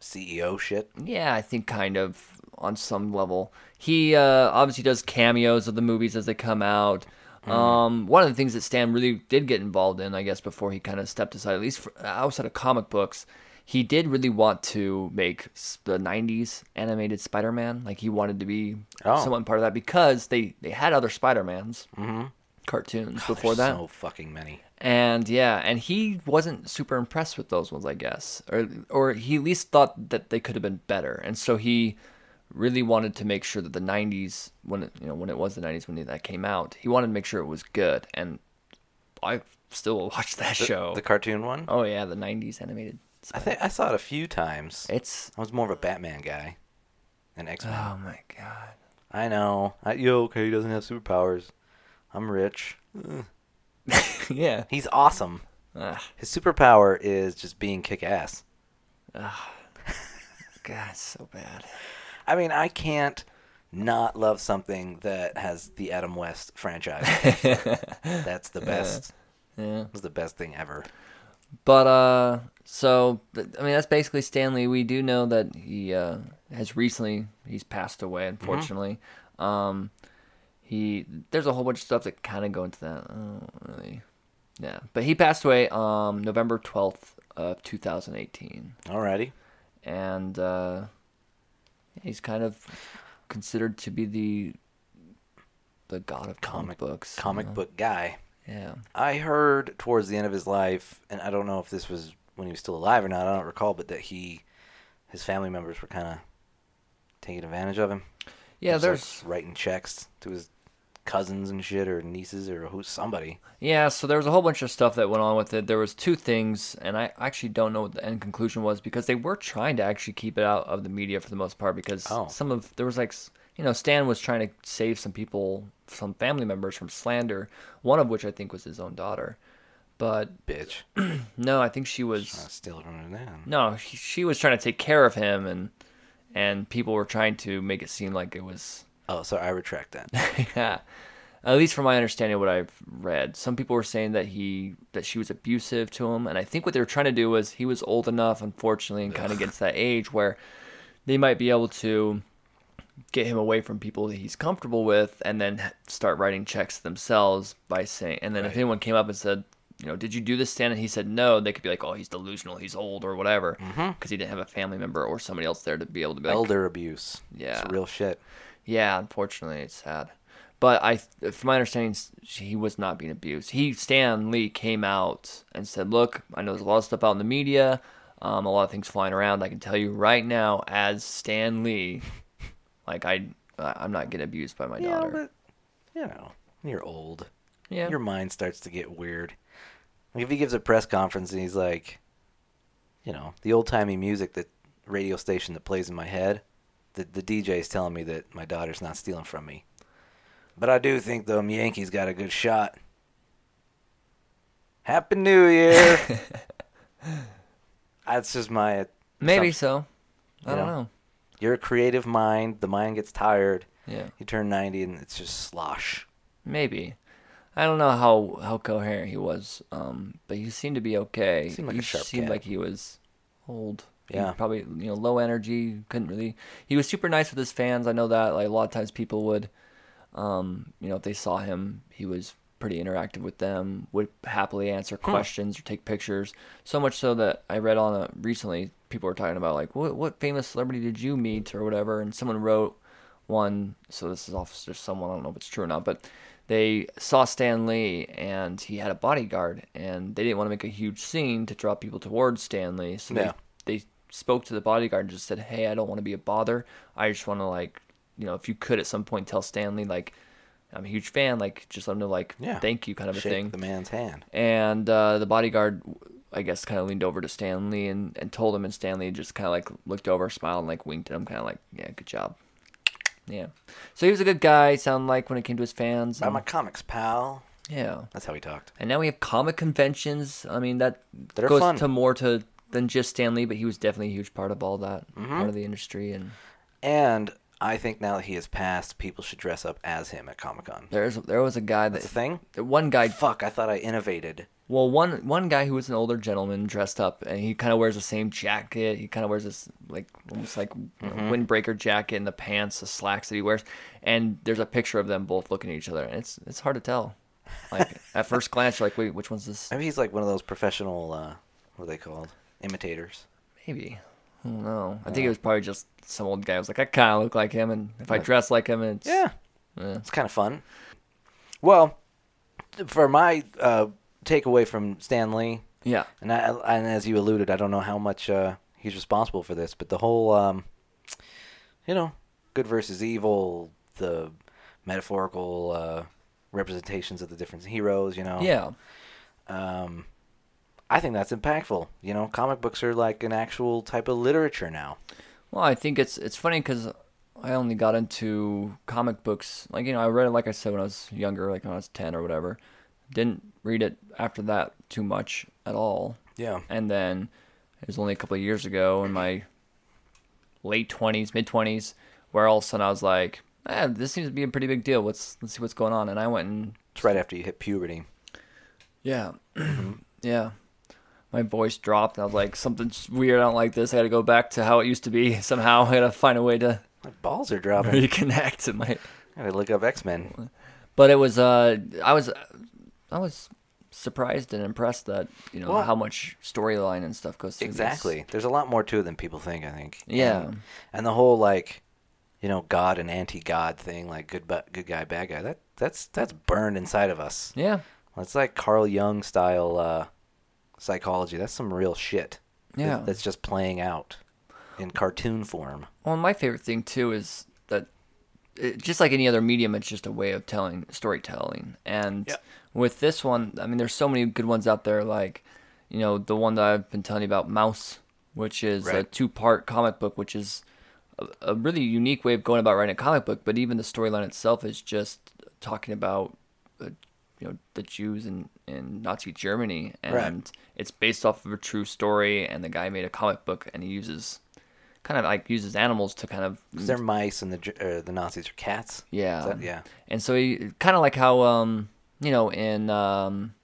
Speaker 1: CEO shit.
Speaker 2: Yeah, I think kind of on some level. He uh, obviously does cameos of the movies as they come out.
Speaker 1: Mm-hmm.
Speaker 2: Um, one of the things that Stan really did get involved in, I guess, before he kind of stepped aside, at least for, outside of comic books, he did really want to make s- the '90s animated Spider-Man. Like he wanted to be
Speaker 1: Oh.
Speaker 2: someone part of that because they they had other Spider-Mans cartoons before
Speaker 1: Mm-hmm. Oh, There's
Speaker 2: that.
Speaker 1: so fucking many.
Speaker 2: And yeah, and he wasn't super impressed with those ones, I guess, or or he at least thought that they could have been better. And so he really wanted to make sure that the '90s, when it, you know when it was the '90s when that came out, he wanted to make sure it was good. And I still watch that show.
Speaker 1: The cartoon one.
Speaker 2: oh yeah, the '90s animated.
Speaker 1: I think I saw it a few times.
Speaker 2: It's
Speaker 1: I was more of a Batman guy, an X Men.
Speaker 2: oh my god.
Speaker 1: I know. I, yo, okay, he doesn't have superpowers. I'm rich.
Speaker 2: yeah. Ah,
Speaker 1: He's awesome.
Speaker 2: Ugh,
Speaker 1: His superpower is just being kick ass.
Speaker 2: god, so bad.
Speaker 1: I mean, I can't not love something that has the Adam West franchise. That's the best.
Speaker 2: Yeah.
Speaker 1: That's the best thing ever.
Speaker 2: But uh, so th- I mean that's basically Stanley. We do know that he uh, has recently he's passed
Speaker 1: Mm-hmm.
Speaker 2: away, unfortunately. Um, he there's a whole bunch of stuff that kind of go into that. I don't really, yeah. But he passed away um November twelfth of two thousand eighteen,
Speaker 1: Alrighty.
Speaker 2: and uh, he's kind of considered to be the the god of
Speaker 1: Comic-
Speaker 2: comic, books. you
Speaker 1: Comic
Speaker 2: know?
Speaker 1: book guy.
Speaker 2: Yeah.
Speaker 1: I heard towards the end of his life, and I don't know if this was when he was still alive or not. I don't recall, but that he, his family members were kind of taking advantage of him.
Speaker 2: Yeah.
Speaker 1: Just,
Speaker 2: There's.
Speaker 1: like, writing checks to his cousins and shit, or nieces, or who somebody.
Speaker 2: Yeah, so there was a whole bunch of stuff that went on with it. There was two things, and I actually don't know what the end conclusion was because they were trying to actually keep it out of the media for the most part because
Speaker 1: Oh.
Speaker 2: some of there was like s- you know, Stan was trying to save some people, some family members from slander, one of which I think was his own daughter. But
Speaker 1: Bitch.
Speaker 2: no, I think she was
Speaker 1: I still remember that.
Speaker 2: no, she, she was trying to take care of him, and and people were trying to make it seem like it was
Speaker 1: Oh, so I retract that.
Speaker 2: yeah. At least from my understanding, of what I've read, some people were saying that he that she was abusive to him, and I think what they were trying to do was he was old enough, unfortunately, and kind of gets that age where they might be able to get him away from people that he's comfortable with, and then h- start writing checks themselves by saying, and then if anyone came up and said, you know, did you do this, Stan? And he said no, they could be like, oh, he's delusional, he's old, or whatever, because he didn't have a family member or somebody else there to be able to be like,
Speaker 1: Elder abuse.
Speaker 2: Yeah.
Speaker 1: It's real shit.
Speaker 2: yeah, unfortunately, it's sad. But I, from my understanding, s- he was not being abused. He, Stan Lee, came out and said, "Look, I know there's a lot of stuff out in the media, um, a lot of things flying around. I can tell you right now, as Stan Lee, like I, I- I'm not getting abused by my
Speaker 1: Yeah,
Speaker 2: daughter.
Speaker 1: but, you know, you're old.
Speaker 2: yeah,
Speaker 1: Your mind starts to get weird. Like if he gives a press conference and he's like, you know, the old timey music that radio station that plays in my head, the the DJ is telling me that my daughter's not stealing from me. But I do think the Yankees got a good shot. Happy New Year. That's just my
Speaker 2: maybe
Speaker 1: assumption.
Speaker 2: so. I
Speaker 1: Yeah.
Speaker 2: don't know.
Speaker 1: You're a creative mind. The mind gets tired.
Speaker 2: Yeah,
Speaker 1: You turn 90 and it's just slosh.
Speaker 2: maybe. I don't know how how coherent he was, um, but he seemed to be okay.
Speaker 1: Seemed like
Speaker 2: he
Speaker 1: a sharp
Speaker 2: seemed
Speaker 1: cat.
Speaker 2: like he was old. He
Speaker 1: Yeah.
Speaker 2: probably you know low energy. Couldn't really. He was super nice with his fans. I know that. Like a lot of times people would, um, you know, if they saw him, he was pretty interactive with them. Would happily answer questions or take pictures. So much so that I read on a, recently people were talking about like what what famous celebrity did you meet or whatever, and someone wrote one. So this is off just someone I don't know if it's true or not, but they saw Stan Lee and he had a bodyguard, and they didn't want to make a huge scene to draw people towards Stan Lee. So
Speaker 1: Yeah.
Speaker 2: they, they spoke to the bodyguard and just said, "Hey, I don't want to be a bother. I just want to like, you know, if you could at some point tell Stan Lee like." I'm a huge fan. Like, just let him know, like,
Speaker 1: Yeah.
Speaker 2: thank you, kind of a
Speaker 1: Shake
Speaker 2: thing
Speaker 1: the man's hand.
Speaker 2: and uh, the bodyguard i guess kind of leaned over to stanley and, and told him and stanley just kind of like looked over smiled and like winked at him kind of like yeah good job yeah so he was a good guy sound like when it came to his fans
Speaker 1: Buy
Speaker 2: and-
Speaker 1: my comics, pal.
Speaker 2: yeah
Speaker 1: That's how he talked.
Speaker 2: and now we have comic conventions i mean that
Speaker 1: That are
Speaker 2: goes
Speaker 1: fun.
Speaker 2: to more to than just stanley but he was definitely a huge part of all that part of the industry and
Speaker 1: And I think now that he has passed, people should dress up as him at Comic Con.
Speaker 2: there's there was a guy that
Speaker 1: That's a thing?
Speaker 2: one guy
Speaker 1: Fuck, I thought I innovated.
Speaker 2: Well, one one guy who was an older gentleman dressed up, and he kind of wears the same jacket. He kind of wears this like almost like you know, windbreaker jacket and the pants, the slacks that he wears. And there's a picture of them both looking at each other, and it's it's hard to tell. Like at first glance, you're like, wait, which one's this?
Speaker 1: Maybe he's like one of those professional, uh, what are they called? Imitators.
Speaker 2: Maybe I don't know. I think it was probably just some old guy. was like, I kind of look like him, and if I dress like him, it's
Speaker 1: Yeah.
Speaker 2: Yeah.
Speaker 1: It's kind of fun. Well, for my uh, takeaway from Stan Lee,
Speaker 2: yeah,
Speaker 1: and, I, and as you alluded, I don't know how much uh, he's responsible for this, but the whole, um, you know, good versus evil, the metaphorical uh, representations of the different heroes, you know.
Speaker 2: yeah.
Speaker 1: Um, I think that's impactful. You know, comic books are like an actual type of literature now.
Speaker 2: Well, I think it's it's funny because I only got into comic books like you know I read it like I said when I was younger, like when I was ten or whatever. Didn't read it after that too much at all.
Speaker 1: Yeah.
Speaker 2: And then it was only a couple of years ago in my late twenties, mid twenties, where all of a sudden I was like, eh, this seems to be a pretty big deal. Let's let's see what's going on. And I went and
Speaker 1: It's right after you hit puberty.
Speaker 2: yeah.
Speaker 1: Mm-hmm.
Speaker 2: yeah. My voice dropped. And I was like, something's weird. I don't like this. I got to go back to how it used to be somehow. I got to find a way to
Speaker 1: My balls are dropping.
Speaker 2: reconnect. It might.
Speaker 1: I gotta look up X Men.
Speaker 2: But it was uh I was I was surprised and impressed that, you know,
Speaker 1: Well-
Speaker 2: how much storyline and stuff goes through this.
Speaker 1: Exactly. There's a lot more to it than people think. I think.
Speaker 2: Yeah.
Speaker 1: And, and the whole like, you know, God and anti-God thing, like good bu- good guy, bad guy. That that's that's burned inside of us.
Speaker 2: Yeah.
Speaker 1: It's like Carl Jung style uh, psychology. That's some real shit. that-
Speaker 2: Yeah.
Speaker 1: That's just playing out in cartoon form.
Speaker 2: Well, my favorite thing too is that it, just like any other medium, it's just a way of telling storytelling. And
Speaker 1: Yeah.
Speaker 2: with this one, I mean, there's so many good ones out there. Like, you know, the one that I've been telling you about, Mouse, which is a
Speaker 1: Right.
Speaker 2: two-part comic book, which is a, a really unique way of going about writing a comic book. But even the storyline itself is just talking about uh, you know the Jews in, in Nazi Germany, and
Speaker 1: Right.
Speaker 2: it's based off of a true story. And the guy made a comic book, and he uses kind of like uses animals to kind of
Speaker 1: 'Cause they're mice and the Ge- uh, the Nazis are cats.
Speaker 2: yeah.
Speaker 1: Is that- yeah.
Speaker 2: And so he kind of like how um you know in um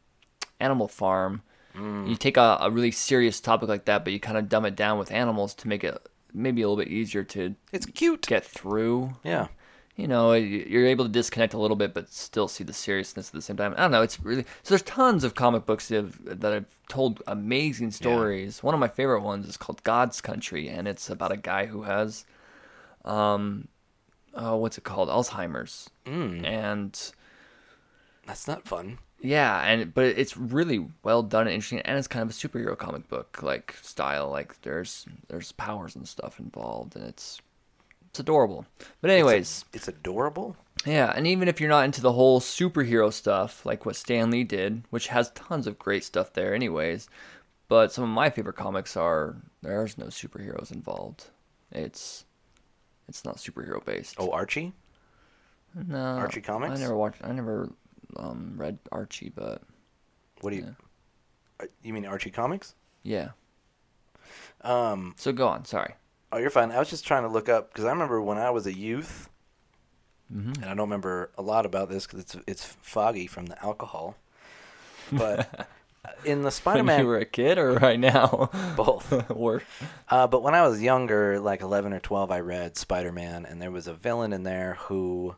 Speaker 2: Animal Farm
Speaker 1: Mm.
Speaker 2: you take a, a really serious topic like that but you kind of dumb it down with animals to make it maybe a little bit easier to
Speaker 1: It's cute.
Speaker 2: get through.
Speaker 1: yeah.
Speaker 2: You know, y- you're able to disconnect a little bit but still see the seriousness at the same time. I don't know, it's really So there's tons of comic books that have, that have told amazing stories. One of my favorite ones is called God's Country and it's about a guy who has um oh what's it called? Alzheimer's. Mm. And
Speaker 1: That's not fun.
Speaker 2: yeah, and but it's really well done and interesting, and it's kind of a superhero comic book like style. Like there's there's powers and stuff involved, and it's it's adorable. But anyways,
Speaker 1: It's adorable.
Speaker 2: yeah, and even if you're not into the whole superhero stuff, like what Stan Lee did, which has tons of great stuff there, anyways. But some of my favorite comics are there's no superheroes involved. It's it's not superhero based.
Speaker 1: Oh, Archie.
Speaker 2: no,
Speaker 1: Archie comics?
Speaker 2: Uh, I never watched. I never um, read Archie, but
Speaker 1: What do you? Uh, You mean Archie comics?
Speaker 2: yeah.
Speaker 1: Um.
Speaker 2: So go on. Sorry.
Speaker 1: Oh, you're fine. I was just trying to look up because I remember when I was a youth,
Speaker 2: Mm-hmm.
Speaker 1: and I don't remember a lot about this because it's it's foggy from the alcohol. But in the
Speaker 2: When you
Speaker 1: Spider-Man,
Speaker 2: were a kid or right now?
Speaker 1: both.
Speaker 2: or
Speaker 1: Uh, but when I was younger, like 11 or 12, I read Spider Man, and there was a villain in there who.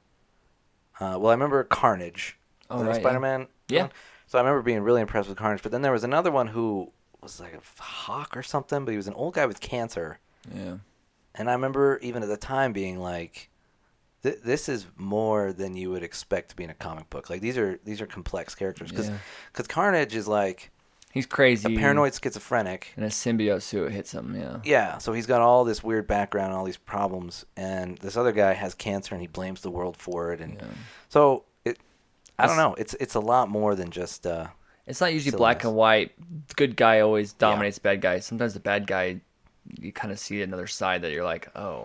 Speaker 1: Uh, well, I remember Carnage.
Speaker 2: Oh,
Speaker 1: Was that
Speaker 2: right, yeah.
Speaker 1: Spider Man?
Speaker 2: Yeah.
Speaker 1: So I remember being really impressed with Carnage. But then there was another one who was like a hawk or something, but he was an old guy with cancer.
Speaker 2: yeah,
Speaker 1: And I remember even at the time being like, "Th- "This is more than you would expect to be in a comic book. Like these are these are complex characters because
Speaker 2: Yeah. Mm.
Speaker 1: Carnage is like
Speaker 2: he's crazy.
Speaker 1: a paranoid schizophrenic.
Speaker 2: and a symbiote suit hits him. Yeah.
Speaker 1: Yeah, so he's got all this weird background, all these problems, and this other guy has cancer, and he blames the world for it. And
Speaker 2: Yeah.
Speaker 1: so it, I don't know. It's it's a lot more than just. Uh,
Speaker 2: It's not usually
Speaker 1: Still
Speaker 2: black
Speaker 1: is.
Speaker 2: and white. Good guy always dominates bad guy. Sometimes the bad guy, you kind of see another side that you're like, oh,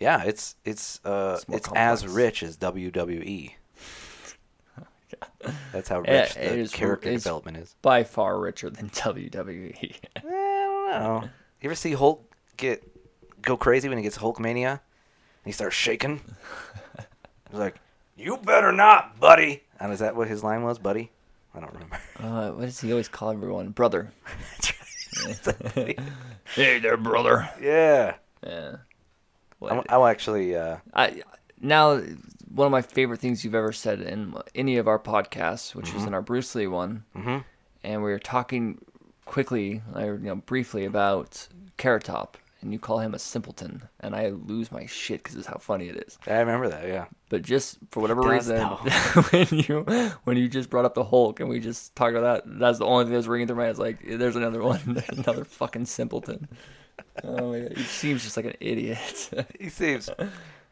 Speaker 1: yeah, it's it's uh, it's,
Speaker 2: It's more
Speaker 1: as
Speaker 2: complex.
Speaker 1: rich as WWE. That's how rich
Speaker 2: Yeah, it
Speaker 1: the
Speaker 2: is-
Speaker 1: character
Speaker 2: it's-
Speaker 1: development is.
Speaker 2: by far richer than E. WWE.
Speaker 1: Eh, I don't know. You ever see Hulk get go crazy when he gets Hulk mania? And he starts shaking. He's like, "You better not, buddy." And is that what his line was, buddy? I don't remember.
Speaker 2: uh, what does he always call everyone? Brother.
Speaker 1: yeah.
Speaker 2: Hey there, brother. Yeah.
Speaker 1: I'm, I'll actually. Uh,
Speaker 2: I now one of my favorite things you've ever said in any of our podcasts, which was in our Bruce Lee one, mm-hmm. and we were talking quickly, or you know, briefly about Carrot Top, and you call him a simpleton, and I lose my shit because it's how funny it is.
Speaker 1: I remember that. Yeah.
Speaker 2: But just for whatever
Speaker 1: does,
Speaker 2: reason, when you when you just brought up the Hulk and we just talked about that, that's the only thing that's ringing through my head. It's like there's another one, there's another fucking simpleton. Oh my god, he seems just like an idiot.
Speaker 1: He seems.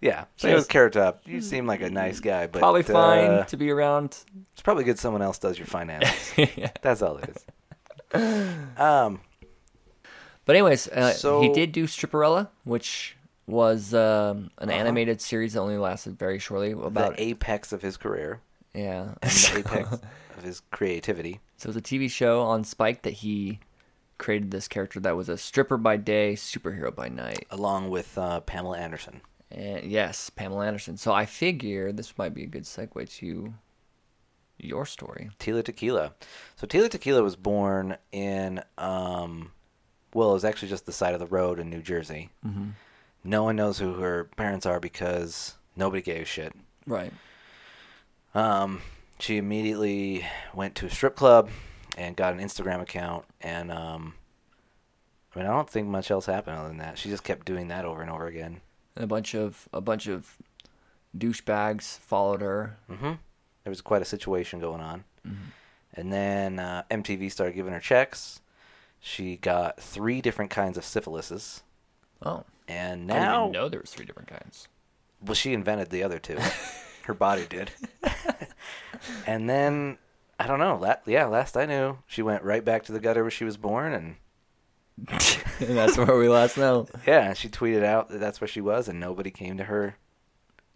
Speaker 1: Yeah. So it was
Speaker 2: Yes.
Speaker 1: Carrot Top. You seem like a nice guy, but
Speaker 2: Probably fine
Speaker 1: uh,
Speaker 2: to be around.
Speaker 1: It's probably good someone else does your finances. That's all it is. Um.
Speaker 2: But anyways, uh, he
Speaker 1: So-
Speaker 2: did do Stripperella, which was um, an animated series that only lasted very shortly.
Speaker 1: Uh-huh. The
Speaker 2: About
Speaker 1: apex of his career
Speaker 2: yeah,
Speaker 1: and the
Speaker 2: so
Speaker 1: apex of his creativity.
Speaker 2: it was a TV show on Spike that he created this character that was a stripper by day, superhero by night,
Speaker 1: along with uh, Pamela Anderson.
Speaker 2: and yes, Pamela Anderson. So I figure this might be a good segue to your story.
Speaker 1: Tila Tequila. So Tila Tequila was born in, um, well, it was actually just the side of the road in New Jersey. Mm-hmm. No one knows who her parents are because nobody gave a shit.
Speaker 2: Right.
Speaker 1: Um, she immediately went to a strip club and got an Instagram account. And um, I mean, I don't think much else happened other than that. She just kept doing that over and over again.
Speaker 2: And a bunch of a bunch of douchebags followed her.
Speaker 1: hmm There was quite a situation going on.
Speaker 2: Mm-hmm.
Speaker 1: And then uh, MTV started giving her checks. She got three different kinds of syphilises.
Speaker 2: Oh,
Speaker 1: And
Speaker 2: I didn't
Speaker 1: now,
Speaker 2: even know there was three different kinds.
Speaker 1: well, she invented the other two. her body did. and then, I don't know. La- yeah, last I knew, she went right back to the gutter where she was born and
Speaker 2: and that's where we last know.
Speaker 1: Yeah, she tweeted out that that's where she was, and nobody came to her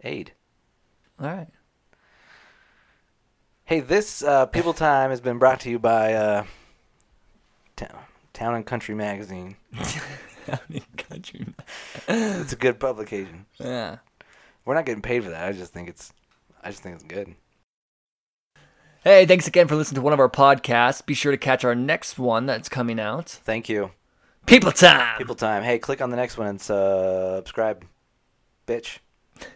Speaker 1: aid.
Speaker 2: All right.
Speaker 1: Hey, this uh, People Time has been brought to you by uh, Town, Town and Country Magazine.
Speaker 2: Out in country.
Speaker 1: It's a good publication.
Speaker 2: Yeah.
Speaker 1: We're not getting paid for that. I just think it's, I just think it's good.
Speaker 2: Hey, thanks again for listening to one of our podcasts. Be sure to catch our next one that's coming out.
Speaker 1: Thank you,
Speaker 2: People time.
Speaker 1: People Time. Hey, click on the next one and subscribe, bitch.